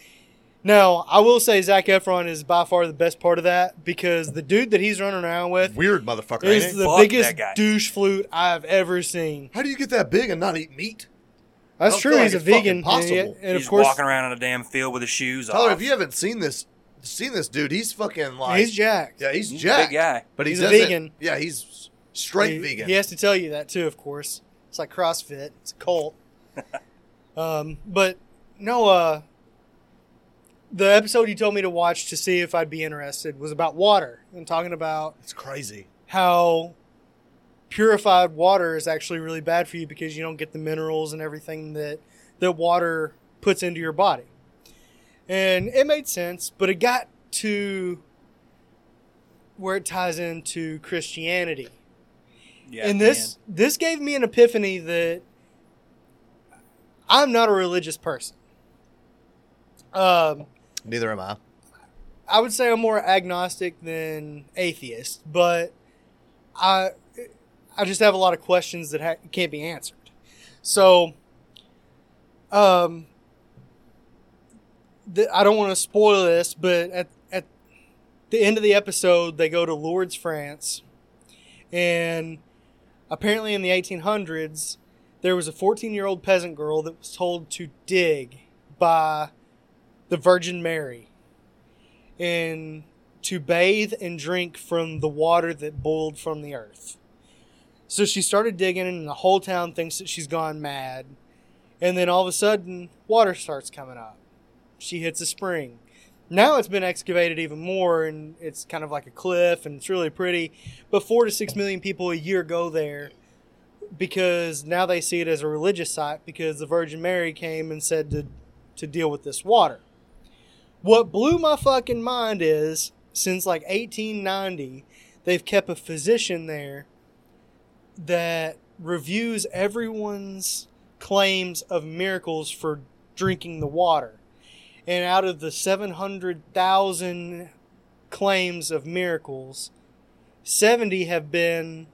S2: now i will say zach efron is by far the best part of that because the dude that he's running around with
S1: Weird motherfucker. ain't
S2: is
S1: it?
S2: the
S3: Fuck that
S2: biggest
S3: guy.
S2: douche flute i've ever seen
S1: How do you get that big and not eat meat?
S2: That's
S1: don't
S2: true.
S1: feel like
S2: He's a
S1: it's fucking
S2: vegan, and,
S1: possible.
S2: yet- and
S3: He's
S2: of course
S3: walking around in a damn field with his shoes
S1: Tyler,
S3: off.
S1: if you haven't seen this, seen this dude, he's fucking like,
S2: he's jacked.
S1: yeah, he's
S3: He's a
S1: jacked,
S3: big guy.
S1: but he
S2: He's a
S1: doesn't-
S2: vegan.
S1: Yeah, he's straight
S2: he,
S1: vegan.
S2: He has to tell you that too, of course. It's like CrossFit. It's a cult. um, but no, uh, the episode you told me to watch to see if I'd be interested was about water and talking about
S1: It's crazy.
S2: how purified water is actually really bad for you because you don't get the minerals and everything that that water puts into your body. And it made sense, but it got to where it ties into Christianity
S3: yeah,
S2: and
S3: at the
S2: this this gave me an epiphany that I'm not a religious person. Um,
S1: Neither am I.
S2: I would say I'm more agnostic than atheist, but I I just have a lot of questions that ha- can't be answered. So, um, th- I don't want to spoil this, but at at the end of the episode, they go to Lourdes, France, and apparently in the 1800s, there was a 14 year old peasant girl that was told to dig by the Virgin Mary and to bathe and drink from the water that boiled from the earth. So she started digging, and the whole town thinks that she's gone mad. And then all of a sudden, water starts coming up. She hits a spring. Now it's been excavated even more, and it's kind of like a cliff, and it's really pretty. But four to six million people a year go there because now they see it as a religious site because the Virgin Mary came and said to, to deal with this water. What blew my fucking mind is since like 1890, they've kept a physician there that reviews everyone's claims of miracles for drinking the water. And out of the 700,000 claims of miracles, 70 have been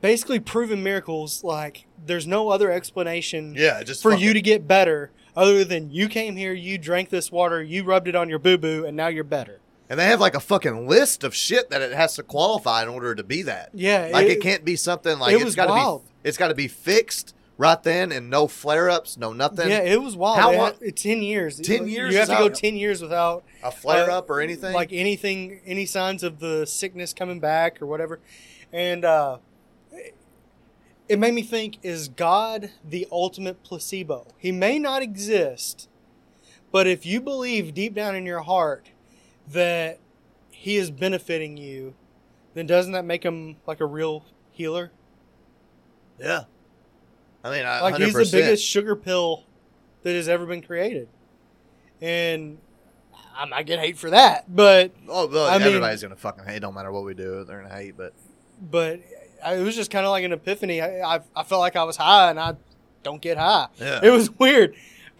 S2: basically proven miracles like there's no other explanation
S1: Yeah, just
S2: for
S1: fucking-
S2: you to get better other than you came here, you drank this water, you rubbed it on your boo boo, and now you're better.
S1: and they have like a fucking list of shit that it has to qualify in order to be that.
S2: Yeah.
S1: Like it, can't be something like
S2: it
S1: it has
S2: was
S1: got to
S2: wild.
S1: be it's got to be fixed right then and no flare ups, no nothing.
S2: yeah, it was wild.
S1: How
S2: It
S1: long-
S2: had- it- ten years.
S1: 10 years
S2: You have
S1: is
S2: to go
S1: out.
S2: ten years without
S1: a flare
S2: uh,
S1: up or anything.
S2: like anything, any signs of the sickness coming back or whatever. And uh, it made me think: Is God the ultimate placebo? He may not exist, but if you believe deep down in your heart that He is benefiting you, then doesn't that make Him like a real healer?
S1: yeah, I mean, I,
S2: like
S1: 100%.
S2: he's the biggest sugar pill that has ever been created, and I might get hate for that, but
S1: Oh, well,
S2: I mean-
S1: everybody's gonna fucking hate. Don't matter what we do, they're gonna hate. But
S2: but I, it was just kind of like an epiphany. I, I I felt like I was high, and I don't get high.
S1: yeah,
S2: It was weird.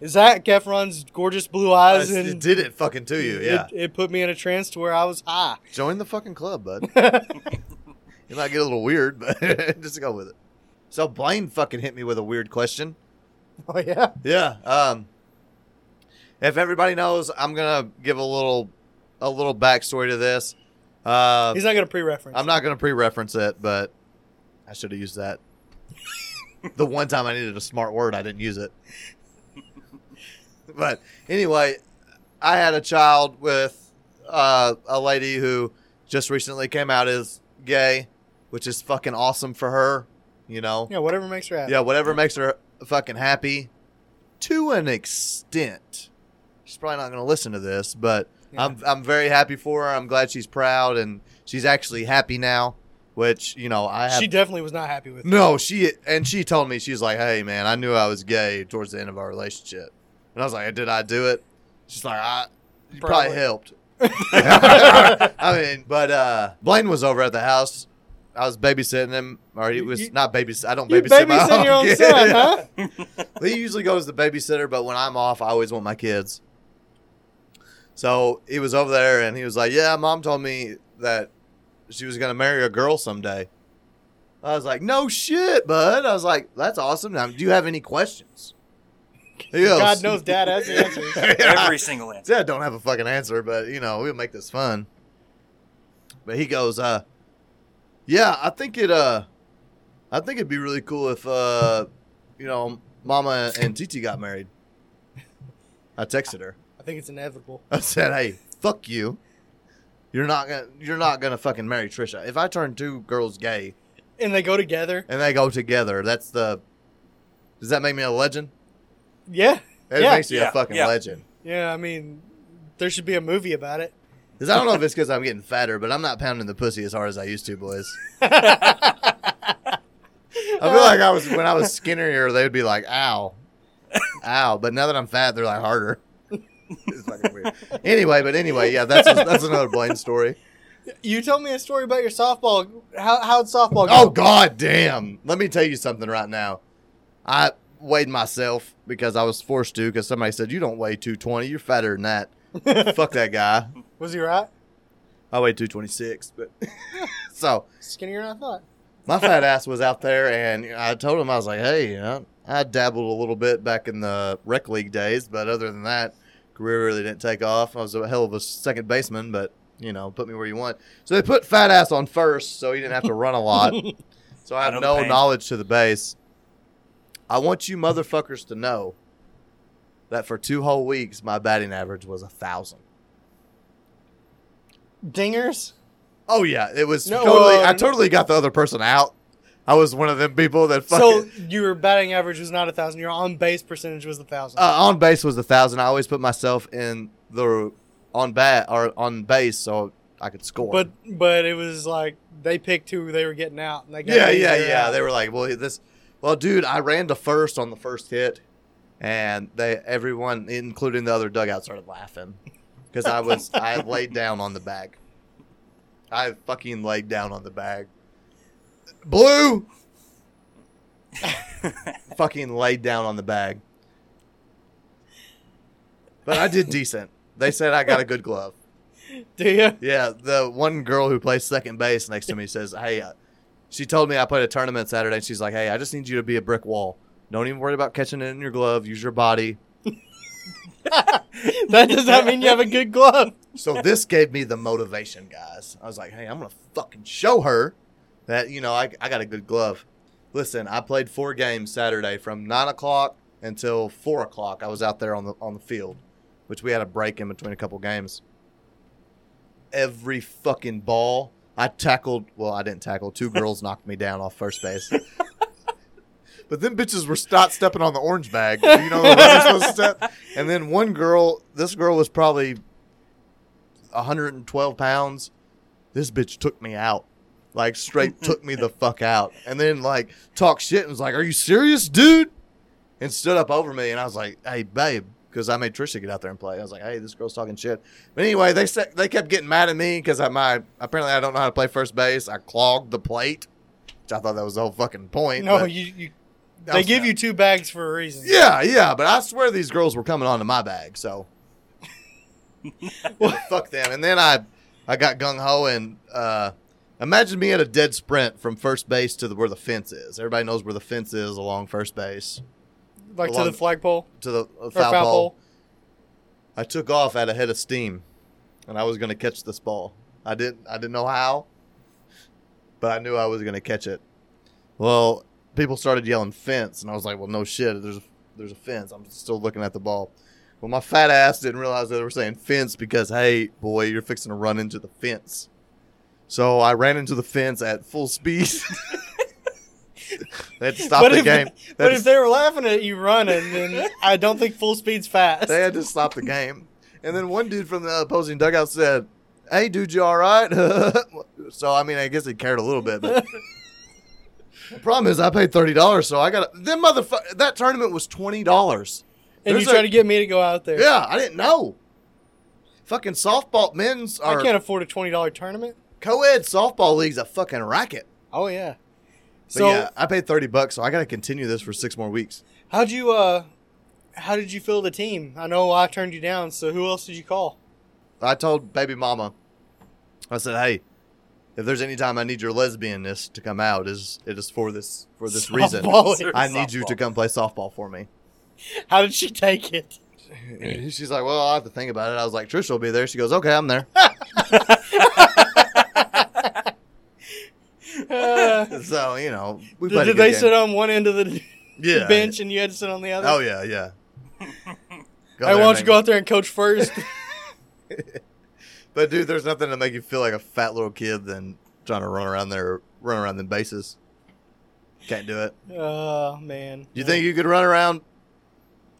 S2: Zach Efron's gorgeous blue eyes
S1: It
S2: and
S1: did it fucking to you. Yeah,
S2: it, it put me in a trance to where I was high.
S1: join the fucking club, bud. You might get a little weird, but just go with it. So Blaine fucking hit me with a weird question.
S2: oh yeah,
S1: Yeah. Um, if everybody knows, I'm gonna give a little a little backstory to this. Uh,
S2: he's not gonna pre-reference.
S1: I'm not gonna pre-reference it, but I should have used that. the one time I needed a smart word, I didn't use it. but anyway, I had a child with uh, a lady who just recently came out as gay, which is fucking awesome for her. You know,
S2: Yeah, whatever makes her happy.
S1: yeah, whatever makes her fucking happy to an extent. She's probably not going to listen to this, but
S2: Yeah.
S1: I'm I'm very happy for her. I'm glad she's proud and she's actually happy now, which, you know, I have
S2: she definitely was not happy with. it.
S1: No, she and she told me she's like, "Hey man, I knew I was gay towards the end of our relationship." And I was like, "Did I do it?" She's like, "I you probably,
S2: Probably.
S1: helped." I mean, but uh Blaine was over at the house. I was babysitting him, or he
S2: You-
S1: was
S2: you-
S1: not babysitting. I don't
S2: You
S1: babysit my
S2: babysitting your own
S1: kid.
S2: son, huh?
S1: He usually goes to the babysitter, but when I'm off, I always want my kids. So he was over there and he was like, Yeah, mom told me that she was going to marry a girl someday. I was like, No shit, bud. I was like, That's awesome. Now, do you have any questions? He goes,
S2: God knows, Dad has the answers.
S3: Every single answer.
S1: yeah, I don't have a fucking answer, but you know, we'll make this fun. But he goes, uh, yeah, I think it, uh, I think it'd be really cool if, uh, you know, Mama and Titi got married. I texted her.
S2: I think it's inevitable.
S1: I said, "Hey, fuck you. You're not gonna. You're not gonna fucking marry Trisha. If I turn two girls gay
S2: And they go together.
S1: and they go together, that's the. Does that make me a legend?
S2: Yeah.
S1: It
S2: yeah.
S1: makes me
S3: Yeah,
S1: a fucking
S3: yeah.
S1: legend.
S2: yeah, I mean, there should be a movie about it.
S1: Because I don't know if it's because I'm getting fatter, but I'm not pounding the pussy as hard as I used to, boys. I feel like I was when I was skinnier, they would be like, "Ow, ow," but now that I'm fat, they're like harder. it's fucking weird. Anyway, but anyway, yeah, that's that's another Blaine story.
S2: You told me a story about your softball. How, how'd softball go?
S1: Oh god damn! Let me tell you something right now. I weighed myself because I was forced to because somebody said you don't weigh 220, you're fatter than that. Fuck that guy.
S2: Was he right?
S1: I weigh 226, but so.
S2: Skinnier than I thought.
S1: my fat ass was out there, and I told him I was like, "Hey, you know, I dabbled a little bit back in the rec league days, but other than that, career really didn't take off. I was a hell of a second baseman, but you know, put me where you want." So they put fat ass on first, so he didn't have to run a lot. so I
S3: I know
S1: have
S3: the
S1: no
S3: pain.
S1: knowledge to the base. I want you motherfuckers to know that for two whole weeks, my batting average was a thousand.
S2: Dingers?
S1: Oh yeah, it was
S2: No,
S1: totally.
S2: uh,
S1: I totally got the other person out. I was one of them people that fucking.
S2: So your batting average was not a thousand. Your on base percentage was a thousand.
S1: uh, on base was a thousand. I always put myself in the on bat or on base so I could score.
S2: but but it was like they picked who they were getting out. And they got
S1: yeah,
S2: these
S1: yeah,
S2: that are
S1: yeah.
S2: out.
S1: They were like, "Well, this, well, dude, I ran to first on the first hit, and they everyone, including the other dugout, started laughing because I was I laid down on the bag. I fucking laid down on the bag. Blue, fucking laid down on the bag. But I did decent. They said I got a good glove.
S2: Do you?
S1: Yeah, the one girl who plays second base next to me says, "Hey, uh, she told me I played a tournament Saturday. And she's like, "Hey, I just need you to be a brick wall. Don't even worry about catching it in your glove. Use your body."
S2: That does not mean you have a good glove.
S1: So this gave me the motivation, guys. I was like, "Hey, I'm gonna fucking show her that you know I, I got a good glove." Listen, I played four games Saturday from nine o'clock until four o'clock. I was out there on the on the field, which we had a break in between a couple games. Every fucking ball I tackled. Well, I didn't tackle. Two girls knocked me down off first base. But them bitches were not stepping on the orange bag. You know where they're supposed to step. And then one girl, this girl was probably 112 pounds. This bitch took me out. Like straight took me the fuck out. And then like talked shit and was like, Are you serious, dude? And stood up over me and I was like, Hey, babe. Because I made Trisha get out there and play. I was like, "Hey, this girl's talking shit." But anyway, they said they kept getting mad at me because I my apparently I don't know how to play first base. I clogged the plate, which I thought that was the whole fucking point.
S2: No,
S1: but-
S2: you, you
S1: I
S2: they
S1: was-
S2: give you two bags for a reason.
S1: Yeah, yeah, but I swear these girls were coming onto my bag, so fuck them. And then I, I got gung ho and uh, imagine me at a dead sprint from first base to the, where the fence is. Everybody knows where the fence is along first base
S2: Like to
S1: Along-
S2: the flagpole
S1: to the uh,
S2: or
S1: foul,
S2: foul,
S1: pole.
S2: pole.
S1: I took off at a head of steam, and I was going to catch this ball. I didn't. I didn't know how, but I knew I was going to catch it. Well, people started yelling fence, and I was like, "Well, no shit. There's a, there's a fence. I'm still looking at the ball." Well, my fat ass didn't realize that they were saying fence because, hey, boy, you're fixing to run into the fence. So I ran into the fence at full speed. they had to stop
S2: But
S1: the
S2: if-
S1: game. They had
S2: But
S1: to
S2: if they were laughing at you running, then I don't think full speed's fast.
S1: they had to stop the game. And then one dude from the opposing dugout said, "Hey, dude, you all right?" so I mean, I guess he cared a little bit, but the problem is, I paid thirty dollars, so I got them motherfucker. That tournament was twenty dollars.
S2: and you
S1: there's
S2: try
S1: a-
S2: to get me to go out there.
S1: Yeah, I didn't know. Fucking softball men's
S2: I
S1: or
S2: can't afford a twenty dollar tournament.
S1: co-ed softball league's a fucking racket.
S2: Oh yeah.
S1: But
S2: So
S1: yeah, I paid thirty bucks, so I got to continue this for six more weeks.
S2: how'd you uh how did you feel the team? I know I turned you down, so who else did you call?
S1: I told baby mama, I said, "Hey, if there's any time I need your lesbianness to come out, is it is for this for this reason.
S2: Softball.
S1: I need you to
S3: Softball.
S1: come play softball for me."
S2: How did she take it?
S1: She's like, "Well, I will have to think about it." I was like, "Trisha will be there." She goes, "Okay, I'm there."
S2: Uh,
S1: so you know, we played.
S2: did
S1: a good
S2: they
S1: game.
S2: sit on one end of the
S1: Yeah.
S2: bench and you had to sit on the other.
S1: Oh yeah, yeah. Go
S2: hey,
S1: there,
S2: why don't
S1: man.
S2: you go out there and coach first?
S1: But dude, there's nothing to make you feel like a fat little kid than trying to run around there, run around them bases. Can't do it.
S2: oh man.
S1: Do you think you could run around?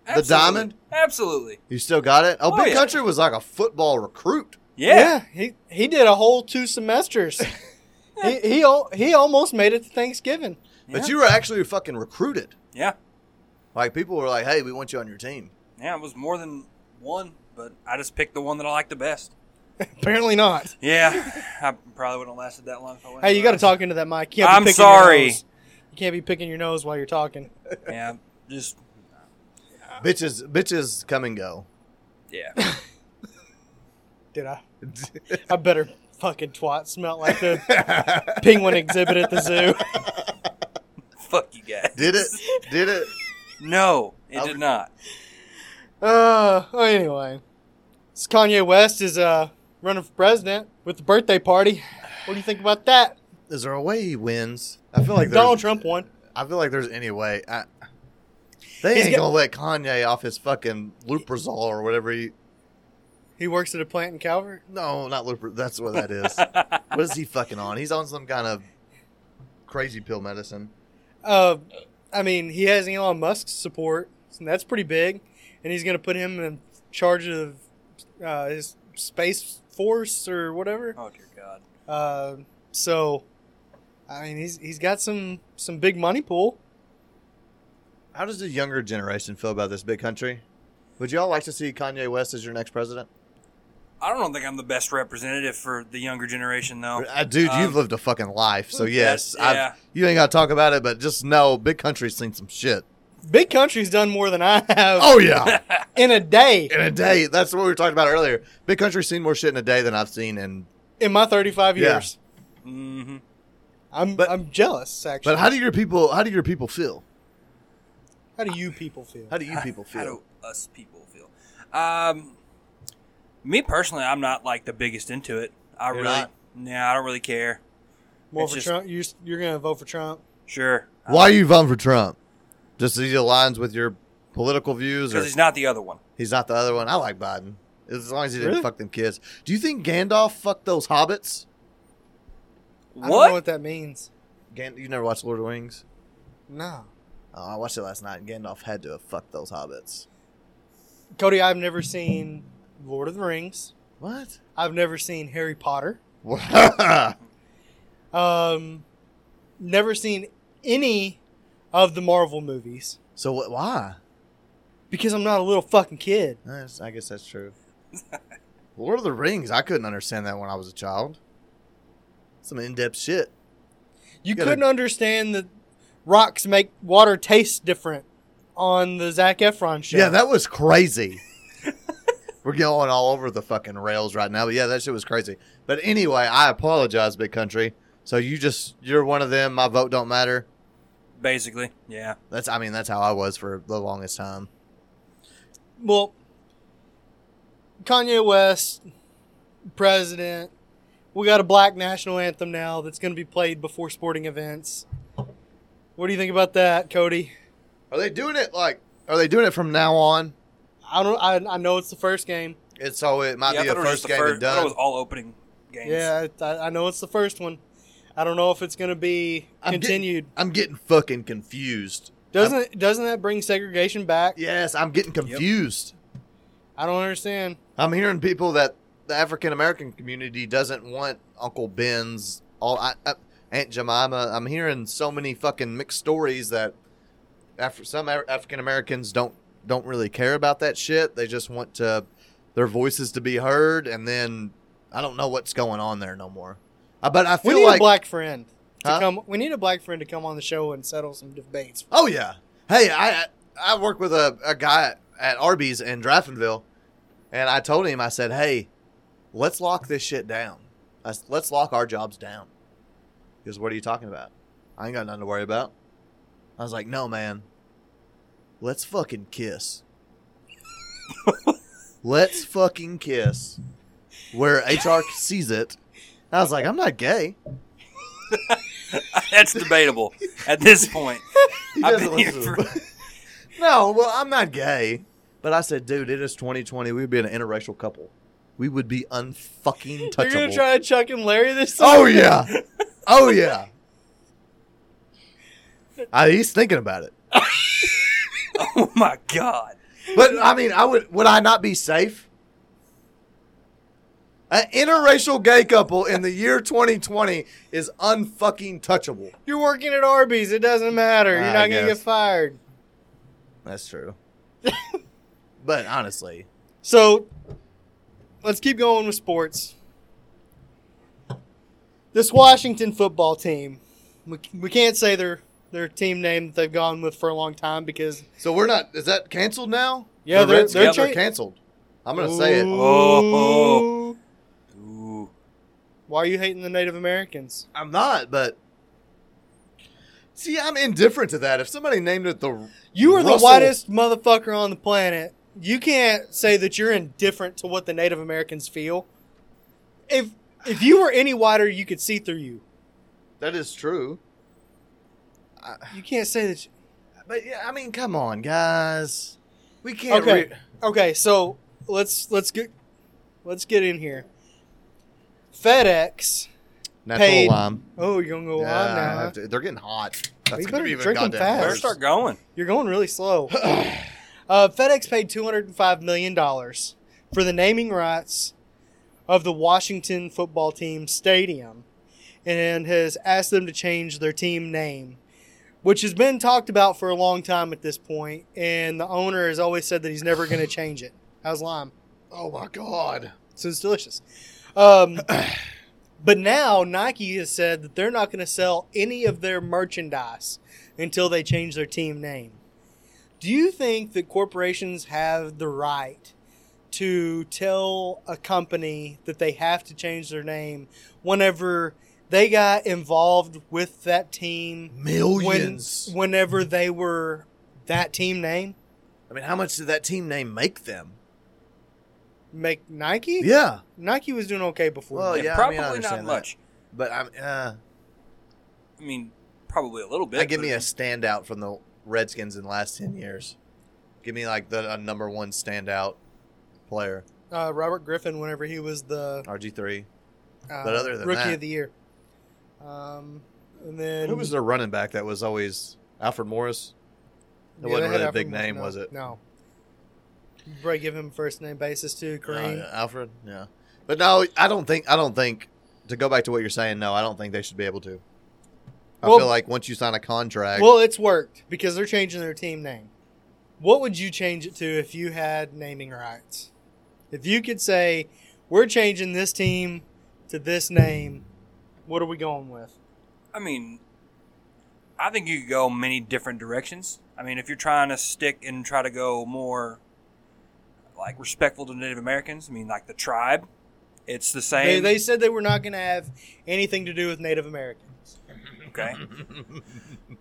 S3: Absolutely.
S1: diamond?
S3: Absolutely.
S1: You still got it? Oh,
S3: Oh,
S1: Big
S3: yeah.
S1: Country was like a football recruit.
S3: Yeah.
S2: he he did a whole two semesters. he he al- he almost made it to Thanksgiving.
S1: But
S3: Yeah.
S1: you were actually fucking recruited.
S3: Yeah.
S1: Like people were like, "Hey, we want you on your team."
S3: Yeah, it was more than one, but I just picked the one that I liked the best.
S2: Apparently not.
S3: Yeah, I probably wouldn't have lasted that long. If I went
S2: Hey, you got to talk into that mic. You can't
S3: I'm
S2: be picking Your
S3: sorry.
S2: nose. You can't be picking your nose while you're talking.
S3: Yeah, just
S2: Uh,
S1: Bitches, bitches come and go.
S3: yeah.
S2: Did I? I better fucking twat smelt like the penguin exhibit at the zoo.
S3: Fuck you guys.
S1: Did it? Did it?
S3: No, it
S1: I'll-
S3: did not.
S2: Uh, well, anyway, this Kanye West is uh running for president with the birthday party. What do you think about that?
S1: Is there a way he wins? I feel like
S2: Donald
S1: there's,
S2: Trump won.
S1: I feel like there's any way. I, they
S2: He's
S1: ain't
S2: got-
S1: gonna let Kanye off his fucking Luprazole or whatever he
S2: He works at a plant in Calvert.
S1: No, not Looper. That's what that is. what is he fucking on? He's on some kind of crazy pill medicine.
S2: Uh, I mean, he has Elon Musk's support, and that's pretty big. And he's going to put him in charge of uh, his space force or whatever.
S3: Oh dear God.
S2: Uh, so, I mean, he's he's got some some big money pool.
S1: How does the younger generation feel about this big country? Would y'all like to see Kanye West as your next president?
S3: I don't think I'm the best representative for the younger generation, though.
S1: Uh, dude,
S3: Um,
S1: you've lived a fucking life, so yes,
S3: yes,
S1: I've-
S3: yeah.
S1: you ain't got to talk about it. But just know, big country's seen some shit.
S2: Big country's done more than I have
S1: Oh yeah,
S2: in a day
S1: in a day. That's what we were talking about earlier. Big country's seen more shit in a day than I've seen in.
S2: in my 35
S1: Yeah.
S2: years.
S3: hmm
S2: I'm
S1: But-
S2: I'm jealous actually.
S1: But how do your people? How do your people feel?
S2: how do you people feel?
S1: How do you people feel?
S3: How do us people feel? Um, me personally, I'm not like the biggest into it. I
S1: You're
S3: really,
S1: not?
S3: nah, I don't really care.
S2: More
S3: it's
S2: for
S3: just-
S2: Trump. You're, you're going to vote for Trump.
S3: Sure, Uh,
S1: Why are you voting for Trump? Just these aligns with your political views, or
S3: because he's not the other one.
S1: He's not the other one. I like Biden. As long as he didn't
S2: Really?
S1: fuck them kids. Do you think Gandalf fucked those hobbits?
S2: I don't know
S3: What?
S2: what that means.
S1: Gan- you never watched Lord of the Rings?
S2: No.
S1: Oh, I watched it last night, and Gandalf had to have fucked those hobbits.
S2: Cody, I've never seen Lord of the Rings.
S1: What?
S2: I've never seen Harry Potter.
S1: Why
S2: Um, never seen any of the Marvel movies
S1: so what? Why? Because
S2: because I'm not a little fucking kid.
S1: That's- I guess that's true. Lord of the Rings, I couldn't understand that when I was a child. Some in-depth shit. Yeah,
S2: You
S1: they-
S2: couldn't understand that rocks make water taste different on the Zac Efron show.
S1: Yeah, that was crazy. We're going all over the fucking rails right now, but yeah, that shit was crazy. But anyway, I apologize, big country. So you just you're one of them. My vote don't matter.
S3: Basically, yeah.
S1: That's I mean that's how I was for the longest time.
S2: well, Kanye West, president. We got a black national anthem now that's going to be played before sporting events. What do you think about that, Cody?
S1: Are they doing it like? Are they doing it from now on?
S2: I don't. I, I know it's the first game.
S1: It's so it might
S3: yeah,
S1: be
S3: I
S1: a
S3: thought it was just
S1: first
S3: the
S1: game
S3: fir-
S1: and
S3: I thought
S1: done.
S3: it was all opening games.
S2: Yeah, I, I know it's the first one. I don't know if it's going to be
S1: I'm getting-
S2: continued.
S1: I'm getting fucking confused.
S2: doesn't doesn't that bring segregation back?
S1: Yes, I'm getting confused.
S2: I don't understand.
S1: I'm hearing people that the African American community doesn't want Uncle Ben's all I, I, Aunt Jemima. I'm hearing so many fucking mixed stories that Af- some Af- African Americans don't don't really care about that shit. They just want to their voices to be heard, and then I don't know what's going on there no more. Uh, but I
S2: We
S1: feel
S2: need
S1: like
S2: a black friend to
S1: Huh?
S2: come. We need a black friend to come on the show and settle some debates.
S1: Oh yeah. Hey, I I- I work with a, a guy at Arby's in Draftonville, and I told him I said, "Hey, let's lock this shit down. I s- Let's lock our jobs down." He goes, "What are you talking about? I ain't got nothing to worry about." I was like, "No, man. Let's fucking kiss. let's fucking kiss." Where HR sees it, I was like, "I'm not gay."
S3: That's debatable at this point. I've
S1: doesn't
S3: been here
S1: listen to
S3: for-
S1: the- No, well, I'm not gay. But I said, dude, it is 2020. We would be an interracial couple. We would be unfucking
S2: You're gonna
S1: touchable.
S2: try to Chuck and Larry this summer?
S1: oh yeah, oh yeah. I, he's thinking about it.
S3: Oh my god.
S1: But I mean, I would. Would I not be safe? An interracial gay couple in the year 2020 is unfucking touchable.
S2: You're working at Arby's. It doesn't matter. You're
S1: I
S2: not gonna
S1: guess.
S2: get fired.
S1: That's true. but honestly,
S2: So let's keep going with sports. This Washington football team, we, we can't say their their team name that they've gone with for a long time because
S1: so we're not. Is that canceled now?
S2: Yeah,
S1: The
S2: they're-
S1: Redskins
S3: they're
S1: are
S2: cha-
S1: canceled. I'm gonna say it.
S3: Oh,
S2: Ooh.
S3: Ooh.
S2: Why are you hating the Native Americans?
S1: I'm not, but see, I'm indifferent to that. If somebody named it the
S2: You are the
S1: Russell-
S2: whitest motherfucker on the planet. You can't say that you're indifferent to what the Native Americans feel. If if you were any whiter, you could see through you.
S1: that is true,
S2: You can't say that. You,
S1: but yeah, I mean, come on, guys, we can't.
S2: Okay.
S1: re-
S2: okay, so let's let's get let's get in here. FedEx.
S1: natural
S2: Paid.
S1: lime.
S2: Oh, you're gonna go
S1: Yeah,
S2: on
S1: I
S2: now.
S1: have to- they're getting hot. That's
S2: You
S1: gonna
S2: better
S1: be even
S2: drink 'em
S1: goddamn
S2: fast.
S3: Better
S1: worse.
S3: start going.
S2: You're going really slow. uh, FedEx paid two hundred and five million dollars for the naming rights of the Washington football team stadium, and has asked them to change their team name, which has been talked about for a long time at this point. And the owner has always said that he's never going to change it. How's lime?
S1: Oh my god.
S2: So it's delicious. Um, but now Nike has said that they're not going to sell any of their merchandise until they change their team name. Do you think that corporations have the right to tell a company that they have to change their name whenever they got involved with that team? When,
S1: Millions.
S2: whenever they were that team name?
S1: I mean, how much did that team name make them?
S2: Make Nike?
S1: Yeah,
S2: Nike was doing okay before.
S1: Well,
S2: that.
S1: yeah, I mean, I
S3: probably not
S1: understand that.
S3: much.
S1: but I'm. Uh,
S3: I mean, probably a little bit.
S1: I give
S3: but-
S1: me a standout from the Redskins in the last ten years. Give me like the a number one standout player.
S2: uh, Robert Griffin whenever he was the
S1: RG three.
S2: uh,
S1: But other than
S2: rookie
S1: that-
S2: of the year. Um, and then
S1: Who was their running back that was always Alfred Morris? It
S2: yeah,
S1: wasn't
S2: they
S1: really
S2: had
S1: a big
S2: Alfred-
S1: name,
S2: no,
S1: was it?
S2: No. You probably give him first name basis too. Kareem.
S1: Uh, Alfred, yeah. But no, I don't think. I don't think. To go back to what you're saying, no, I don't think they should be able to. I
S2: Well-
S1: feel like once you sign a contract,
S2: Well, it's worked because they're changing their team name. What would you change it to if you had naming rights? If you could say, "We're changing this team to this name," what are we going with?
S3: I mean, I think you could go many different directions. I mean, if you're trying to stick and try to go more like respectful to Native Americans, I mean, like the tribe, it's the
S2: They,
S3: same.
S2: they said they were not going to have anything to do with Native Americans.
S3: okay.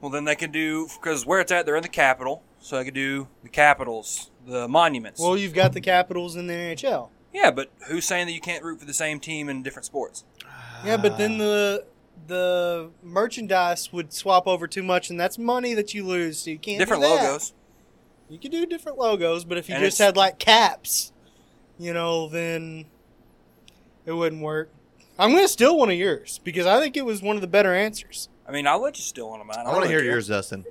S3: well, then they can do because where it's at, they're in the capital, so they could do the capitals, the monuments.
S2: Well, you've got the Capitals in the NHL.
S3: yeah, but who's saying that you can't root for the same team in different sports?
S2: Yeah, but then the the merchandise would swap over too much, and that's money that you lose. So you can't do
S3: different
S2: that.
S3: logos.
S2: You could do different logos, but if you
S3: And
S2: just
S3: it's-
S2: had like caps, you know, then it wouldn't work. I'm gonna steal one of yours because I think it was one of the better answers.
S3: I mean, I'll let you steal one of mine.
S1: I want
S3: don't
S1: to hear
S3: care.
S1: yours, Dustin.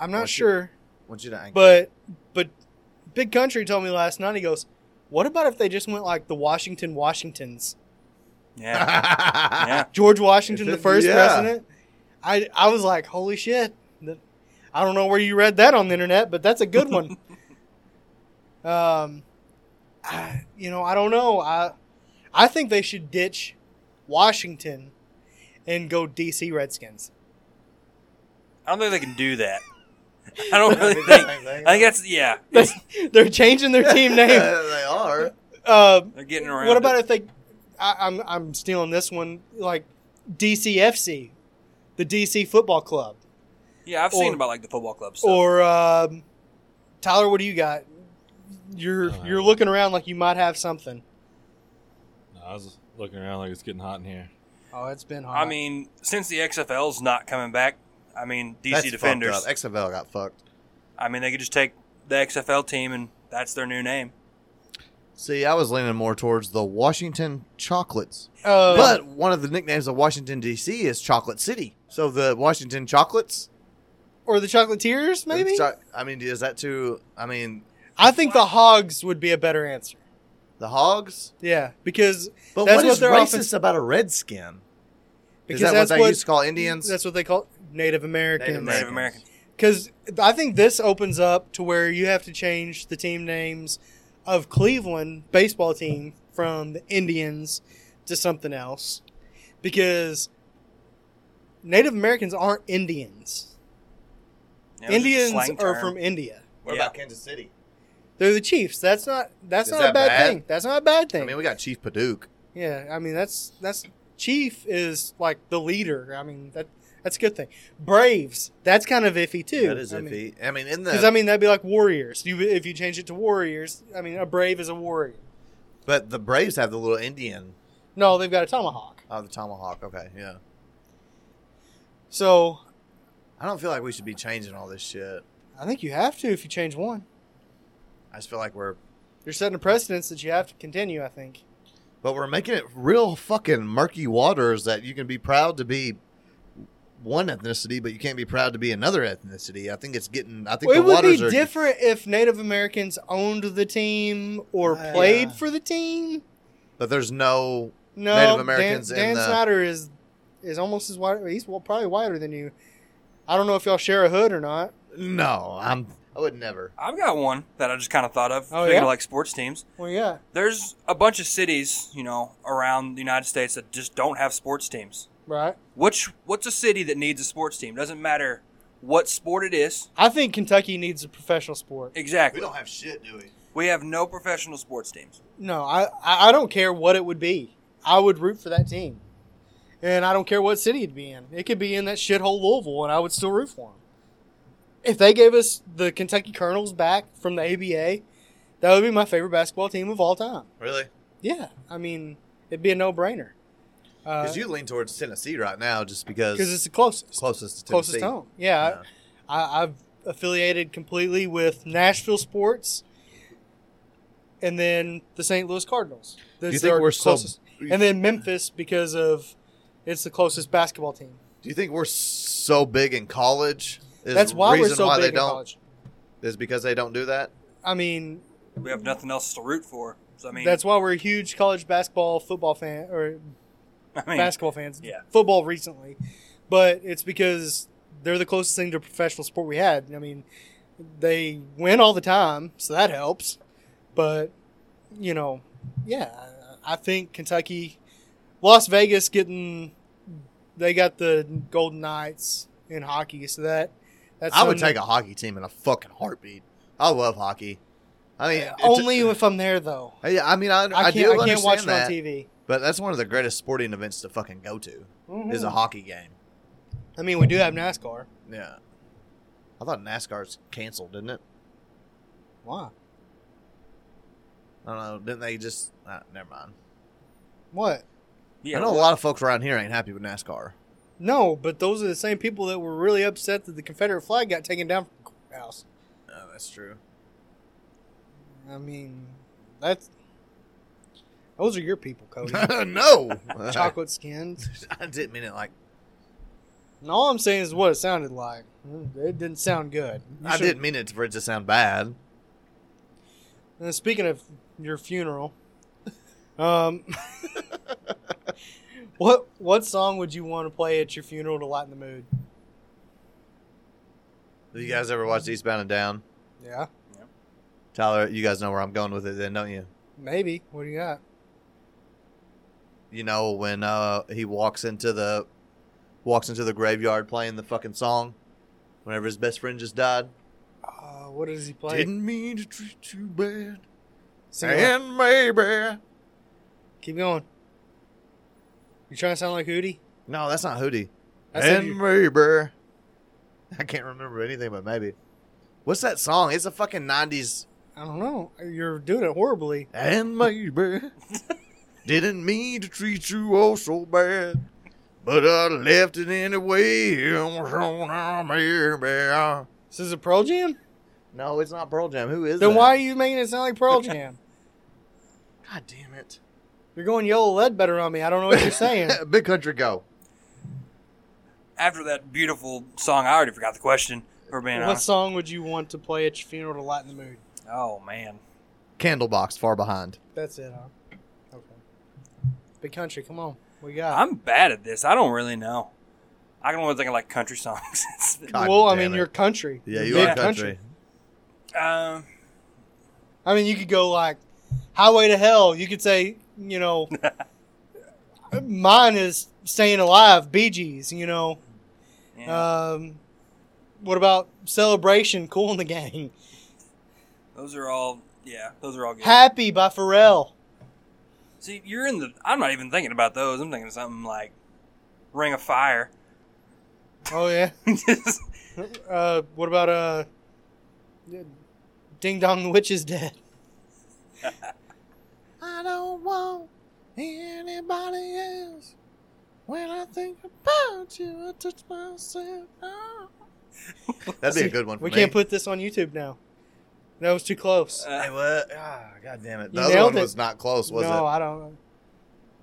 S2: I'm
S1: Well,
S2: not
S1: if you-
S2: sure,
S1: I want you to.
S2: but but Big Country told me last night. He goes, "What about if they just went like the Washington Washingtons?"
S3: Yeah, yeah.
S2: George Washington, the
S1: If it-
S2: first
S1: yeah.
S2: president. I I was like, holy shit! Th- I don't know where you read that on the internet, but that's a good one. um, I, you know, I don't know. I I think they should ditch Washington and go DC Redskins.
S3: I don't think they can do that. I don't really think. I think that's yeah.
S2: They, they're changing their team name.
S1: they are.
S2: Uh,
S3: They're getting around.
S2: what about
S3: it.
S2: if they? I, I'm I'm stealing this one, like DCFC, the DC Football Club.
S3: Yeah, I've seen
S2: or-
S3: about like the football club stuff.
S2: Or um, Tyler, what do you got? You're
S4: Uh,
S2: you're looking around like you might have something.
S4: No, I was looking around like it's getting hot in here.
S1: Uh-huh.
S2: Oh, it's been hot.
S3: I mean, since the XFL's not coming back, I mean, DC
S1: That's fucked
S3: Defenders.
S1: up. XFL got fucked.
S3: I mean, they could just take the XFL team and that's their new name.
S1: See, I was leaning more towards the Washington Chocolates.
S2: Uh,
S1: But one of the nicknames of Washington D.C. is Chocolate City. So the Washington Chocolates,
S2: or the Chocolatiers, maybe.
S1: Cho- I mean, is that too? I mean,
S2: I think the Hogs would be a better answer.
S1: the Hogs.
S2: Yeah, because
S1: But
S2: That's
S1: what
S2: what
S1: is
S2: they're
S1: racist
S2: often-
S1: about a redskin?
S2: because
S1: is that
S2: that's
S1: what they
S2: what
S1: used to call Indians?
S2: that's what they call Native Americans.
S3: Native American.
S2: Because I think this opens up to where you have to change the team names of Cleveland baseball team from the Indians to something else, because Native Americans aren't Indians.
S3: You know, it's just a
S2: Indians
S3: slang
S2: are
S3: term.
S2: from India.
S1: What
S3: Yeah.
S1: about Kansas City?
S2: They're the Chiefs. That's not that's
S1: Is
S2: not
S1: that
S2: a bad,
S1: bad?
S2: thing. That's not a bad
S1: I
S2: thing.
S1: mean, we got Chief Paduke.
S2: Yeah, I mean that's that's chief is like the leader. I mean that that's a good thing. Braves, that's kind of iffy too.
S1: That is
S2: I
S1: iffy. I mean, in
S2: Because
S1: the
S2: I mean that'd be like warriors. You if you change it to warriors, I mean a brave is a warrior.
S1: but the Braves have the little Indian
S2: No, they've got a tomahawk.
S1: of the tomahawk. Okay, yeah.
S2: So
S1: I don't feel like we should be changing all this shit.
S2: I think you have to if you change one.
S1: I just feel like we're,
S2: You're setting a precedence that you have to continue. I think.
S1: but we're making it real fucking murky waters that you can be proud to be one ethnicity, but you can't be proud to be another ethnicity. I think it's getting. I think
S2: Well, it
S1: the
S2: would
S1: waters
S2: be
S1: are
S2: different if Native Americans owned the team or
S1: Ah, Yeah.
S2: played for the team.
S1: But there's no.
S2: No,
S1: Native Americans
S2: Dan,
S1: in
S2: Dan
S1: the-
S2: Snyder is is almost as white. He's well, probably whiter than you. I don't know if y'all share a hood or not.
S1: No, I'm. I would never.
S3: I've got one that I just kind of thought of.
S2: Oh,
S3: speaking
S2: yeah?
S3: of like sports teams.
S2: Well, yeah,
S3: There's a bunch of cities, you know, around the United States that just don't have sports teams.
S2: right.
S3: Which what's a city that needs a sports team? Doesn't matter what sport it is.
S2: I think Kentucky needs a professional sport.
S3: Exactly. We,
S1: have shit, do we?
S3: have no professional sports teams.
S2: No, I I I don't care what it would be. I would root for that team, and I don't care what city it'd be in. It could be in that shithole Louisville, and I would still root for them. If they gave us the Kentucky Colonels back from the ABA, that would be my favorite basketball team of all time.
S1: Really?
S2: Yeah, I mean, it'd be a no brainer. Uh,
S1: Because you lean towards Tennessee right now, just because
S2: because it's the closest,
S1: closest to Tennessee.
S2: closest home. Uh, Yeah,
S1: Yeah.
S2: I, I, I've affiliated completely with Nashville sports, and then the St. Louis Cardinals.
S1: Do you
S2: That's
S1: think
S2: our
S1: we're so?
S2: closest. and then Memphis because of it's the closest basketball team.
S1: Do you think we're so big in college? Is
S2: That's why we're
S1: reason
S2: so
S1: why
S2: big
S1: they
S2: in
S1: don't
S2: college.
S1: is because they don't do that.
S2: I mean,
S3: We have nothing else to root for. So I mean,
S2: that's why we're huge college basketball football fan or
S3: I mean,
S2: basketball fans.
S3: yeah.
S2: Football recently, but it's because they're the closest thing to a professional sport we had. I mean, they win all the time, so that helps. But you know, yeah, I I think Kentucky, Las Vegas getting they got the Golden Knights in hockey, so that that's
S1: I would
S2: something-
S1: take a hockey team in a fucking heartbeat. I love hockey. I mean, it's-
S2: only if I'm there though.
S1: I- I mean, I, I,
S2: I
S1: do
S2: can't, I can't
S1: understand
S2: watch it
S1: that,
S2: on TV.
S1: but that's one of the greatest sporting events to fucking go to is a
S2: Mhm.
S1: hockey game.
S2: I mean, we do have NASCAR.
S1: Yeah, I thought NASCAR's canceled, didn't it?
S2: Why?
S1: I don't know. Didn't they just? Uh, never mind.
S2: What?
S3: yeah,
S1: I know a lot of folks around here ain't happy with NASCAR.
S2: No, but those are the same people that were really upset that the Confederate flag got taken down from the courthouse.
S1: Oh, that's true.
S2: I mean, that's those are your people, Cody.
S1: no,
S2: Chocolate skins.
S1: I didn't mean it like
S2: And all I'm saying is what it sounded like. It didn't sound good. You
S1: I
S2: should-
S1: didn't mean it for it to sound bad.
S2: And speaking of your funeral, um, what what song would you want to play at your funeral to lighten the mood?
S1: You guys ever watched Eastbound and Down?
S2: Yeah,
S1: Tyler, you guys know where I'm going with it, then, don't you?
S2: maybe. What do you got?
S1: You know when uh, he walks into the walks into the graveyard playing the fucking song. Whenever his best friend just died,
S2: Uh, what does he play?
S1: didn't mean to treat you bad,
S2: Sing it.
S1: and maybe
S2: Keep going. You trying to sound like Hootie?
S1: no, that's not Hootie.
S2: That's
S1: and
S2: Hootie.
S1: maybe I can't remember anything but maybe. What's that song? It's a fucking '90s
S2: I don't know. You're doing it horribly.
S1: and maybe didn't mean to treat you all so oh bad. but I left it in the wheel.
S2: This is a Pearl Jam?
S1: No, it's not Pearl Jam. Who is
S2: Then
S1: that?
S2: why are you making it sound like Pearl Jam?
S1: God damn it!
S2: You're going yellow lead better on me. I don't know what you're saying.
S1: Big Country Go.
S3: After that beautiful song, I already forgot the question. For being
S2: what
S3: honest.
S2: song would you want to play at your funeral to lighten the mood?
S3: Oh man,
S1: Candlebox far behind.
S2: That's it, huh? Okay. Big country, come on. We got.
S3: I'm bad at this. I don't really know. I can only think of like country songs.
S1: God
S2: well, I
S1: damn
S2: mean,
S1: it.
S2: you're country.
S1: yeah,
S2: You're
S1: you
S2: big
S1: are country.
S3: um,
S2: I mean, you could go like Highway to Hell. You could say, you know, mine is Staying Alive, Bee Gees, you know.
S3: yeah.
S2: Um, what about Celebration, Cool in the Gang?
S3: those are all. Yeah, those are all good.
S2: Happy by Pharrell.
S3: See, you're in the. I'm not even thinking about those. I'm thinking of something like Ring of Fire.
S2: Oh, yeah.
S3: Just-
S2: Uh, what about uh, Ding Dong the Witch is Dead?
S1: I don't want anybody else. When I think about you, I touch myself. Ah. That'd be a good one. For
S2: We
S1: me.
S2: can't put this on YouTube now. That was too close.
S1: Hey,
S3: uh,
S1: what? Ah, God damn it! The
S2: You
S1: other
S2: nailed
S1: one
S2: it.
S1: was not close, was
S2: no,
S1: it?
S2: I don't know.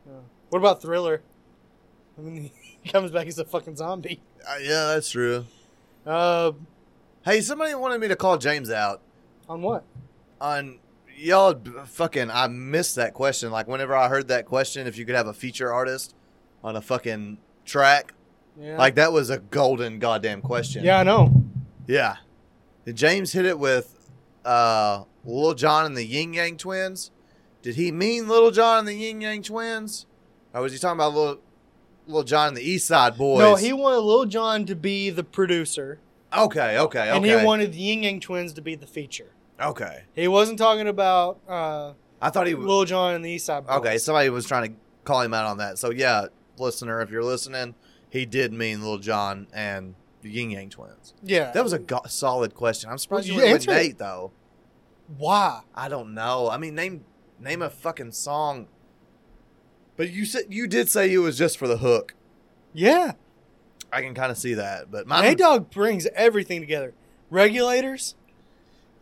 S2: No. What about Thriller? I mean, he comes back as a fucking zombie.
S1: Uh, yeah, that's true.
S2: Uh,
S1: Hey, somebody wanted me to call James out
S2: on what?
S1: on y'all. b- Fucking, I missed that question. Like whenever I heard that question, if you could have a feature artist on a fucking track,
S2: Yeah.
S1: like that was a golden goddamn question.
S2: yeah, I know.
S1: Yeah. Did James hit it with uh Little John and the Yin Yang twins? Did he mean Little John and the Yin Yang twins? Or was he talking about Little Little John and the East Side Boys?
S2: No, he wanted Lil Jon to be the producer,
S1: Okay, okay, okay.
S2: and he wanted the Ying Yang Twins to be the feature.
S1: okay.
S2: He wasn't talking about uh,
S1: I thought he was
S2: Lil Jon and the East Side Boys.
S1: Okay, somebody was trying to call him out on that. So yeah, listener, if you're listening, he did mean Little John and the Yin Yang twins.
S2: Yeah.
S1: That was a go- solid question. I'm surprised
S2: Well,
S1: you
S2: you
S1: went with
S2: answered it.
S1: Nate though.
S2: Why?
S1: I don't know. I mean, name name a fucking song. But you said you did say it was just for the hook.
S2: Yeah.
S1: I can kind of see that, but my
S2: Nate Dog brings everything together. Regulators.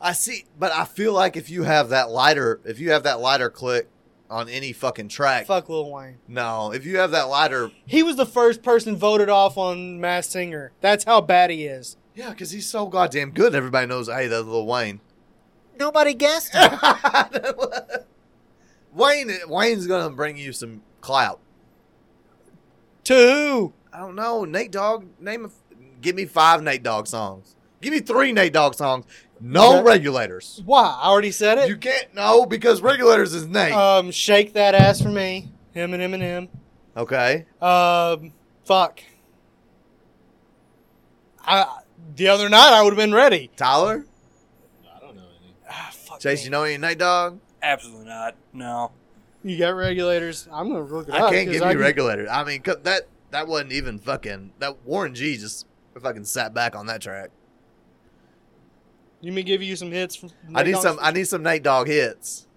S1: I see. But I feel like if you have that lighter, if you have that lighter click on any fucking track,
S2: Fuck Lil Wayne.
S1: no, if you have that lighter,
S2: He was the first person voted off on Mass Singer. That's how bad he is.
S1: yeah, because he's so goddamn good. Everybody knows, hey, that's Lil Wayne.
S2: Nobody guessed
S1: Wayne, Wayne's gonna bring you some clout.
S2: to who?
S1: I don't know. Nate Dogg, name a, give me five Nate Dogg songs. Give me three Nate Dogg songs. No
S2: Okay.
S1: regulators.
S2: Why? I already said
S1: You
S2: it.
S1: can't no because regulators is Nate.
S2: Um, shake that ass for me. Him and Eminem.
S1: okay.
S2: Um, fuck. I the other night I would have been ready.
S1: Tyler,
S4: I don't know any.
S2: Ah, fuck
S1: Chase,
S2: me.
S1: you know any Nate Dogg?
S3: absolutely not. No.
S2: you got regulators. I'm gonna look it
S1: I
S2: up
S1: can't
S2: 'cause
S1: give you regulators. I mean co- that that wasn't even fucking that Warren G just fucking sat back on that track.
S2: You may give you some hits. From
S1: I need some I need some Nate Dogg hits.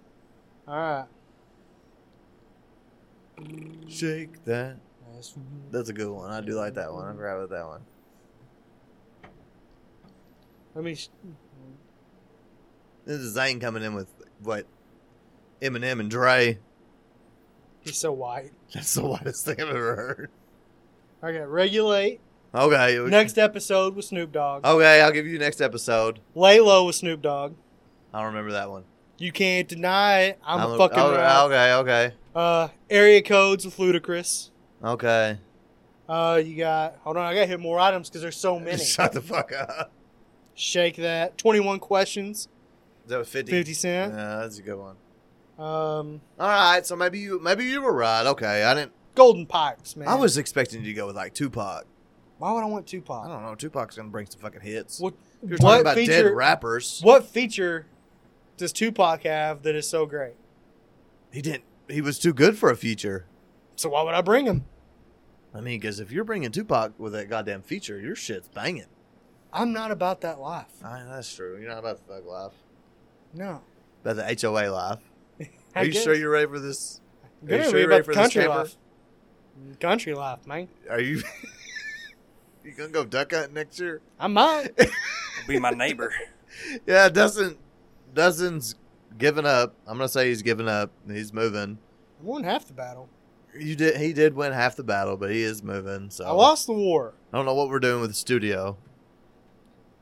S2: All right.
S1: Shake that. That's a good one. I do like that one. I forgot about that one.
S2: Let me. sh-
S1: This is Zayn coming in with what Eminem and Dre.
S2: He's so white.
S1: That's the whitest thing I've ever heard.
S2: I got regulate.
S1: Okay. we-
S2: Next episode with Snoop Dogg.
S1: Okay, I'll give you next episode.
S2: Lay low with Snoop Dogg.
S1: I don't remember that one.
S2: You can't deny it. I'm, a
S1: I'll-
S2: fucking
S1: I'll-
S2: rat.
S1: Okay, okay,
S2: Uh, area codes with Ludacris.
S1: okay.
S2: Uh, you got. Hold on, I gotta hit more items because there's so many.
S1: Shut the fuck up.
S2: Shake that. 21 questions.
S1: Is that was 50?
S2: 50
S1: Yeah,
S2: Cent.
S1: that's a good one.
S2: Um,
S1: All right, so maybe you maybe you were right. Okay, I didn't.
S2: Golden Pipes, man.
S1: I was expecting you to go with like Tupac.
S2: Why would I want
S1: I
S2: Tupac?
S1: don't know. Tupac's gonna bring some fucking hits.
S2: What?
S1: If You're
S2: what
S1: talking about
S2: feature?
S1: dead rappers.
S2: What feature does Tupac have that is so great?
S1: He didn't. He was too good for a feature.
S2: So why would I bring him?
S1: I mean, because if you're bringing Tupac with that goddamn feature, your shit's banging.
S2: I'm not about that life.
S1: I that's true. You're not about the thug life,
S2: No.
S1: about the HOA life.
S2: I
S1: Are you
S2: guess.
S1: sure you're ready for this?
S2: Good,
S1: you
S2: I'm
S1: sure
S2: ready
S1: you're ready
S2: about
S1: for
S2: the
S1: this
S2: country
S1: camper?
S2: life. Country life, man.
S1: Are you you gonna go duck hunting next year?
S2: I might.
S3: Be my neighbor.
S1: Yeah, Dustin. Dustin's giving up. I'm gonna say he's giving up. He's moving.
S2: I won half the battle.
S1: You did. He did win half the battle, but he is moving. So
S2: I lost the war.
S1: I don't know what we're doing with the studio.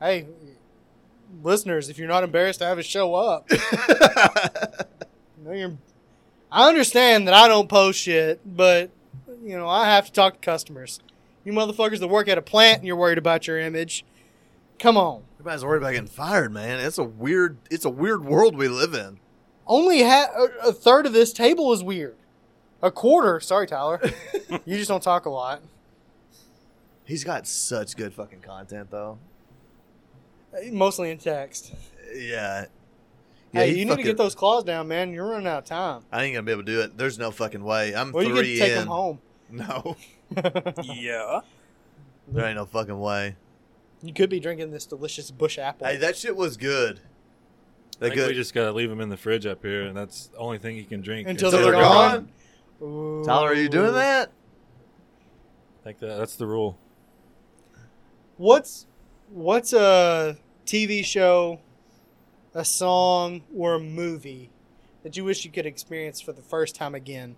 S2: Hey, listeners, if you're not embarrassed to have it show up, you know you're. I understand that I don't post shit, but you know I have to talk to customers. You motherfuckers that work at a plant and you're worried about your image. Come on.
S1: Everybody's worried about getting fired, man. It's a weird. It's a weird world we live in.
S2: Only ha- a- a third of this table is weird. A quarter. Sorry, Tyler. you just don't talk a lot.
S1: He's got such good fucking content, though.
S2: Mostly in text.
S1: Yeah.
S2: hey,
S1: he
S2: you need to
S1: fucking-
S2: get those claws down, man. You're running out of time.
S1: I ain't gonna be able to do it. There's no fucking way. I'm
S2: Well, you
S1: three
S2: can take
S1: in.
S2: them home.
S1: No,
S3: Yeah.
S1: there ain't no fucking way.
S2: You could be drinking this delicious bush apple.
S1: Hey, that shit was good.
S4: I
S1: That
S4: think
S1: good.
S4: we just gotta leave hthem in the fridge up here, and that's the only thing he can drink
S2: Until
S1: Till they're
S2: they're
S1: gone.
S2: Ooh.
S1: Tyler, are you doing that?
S4: I think that, that's the rule.
S2: What's what's a TV show, a song, or a movie that you wish you could experience for the first time again?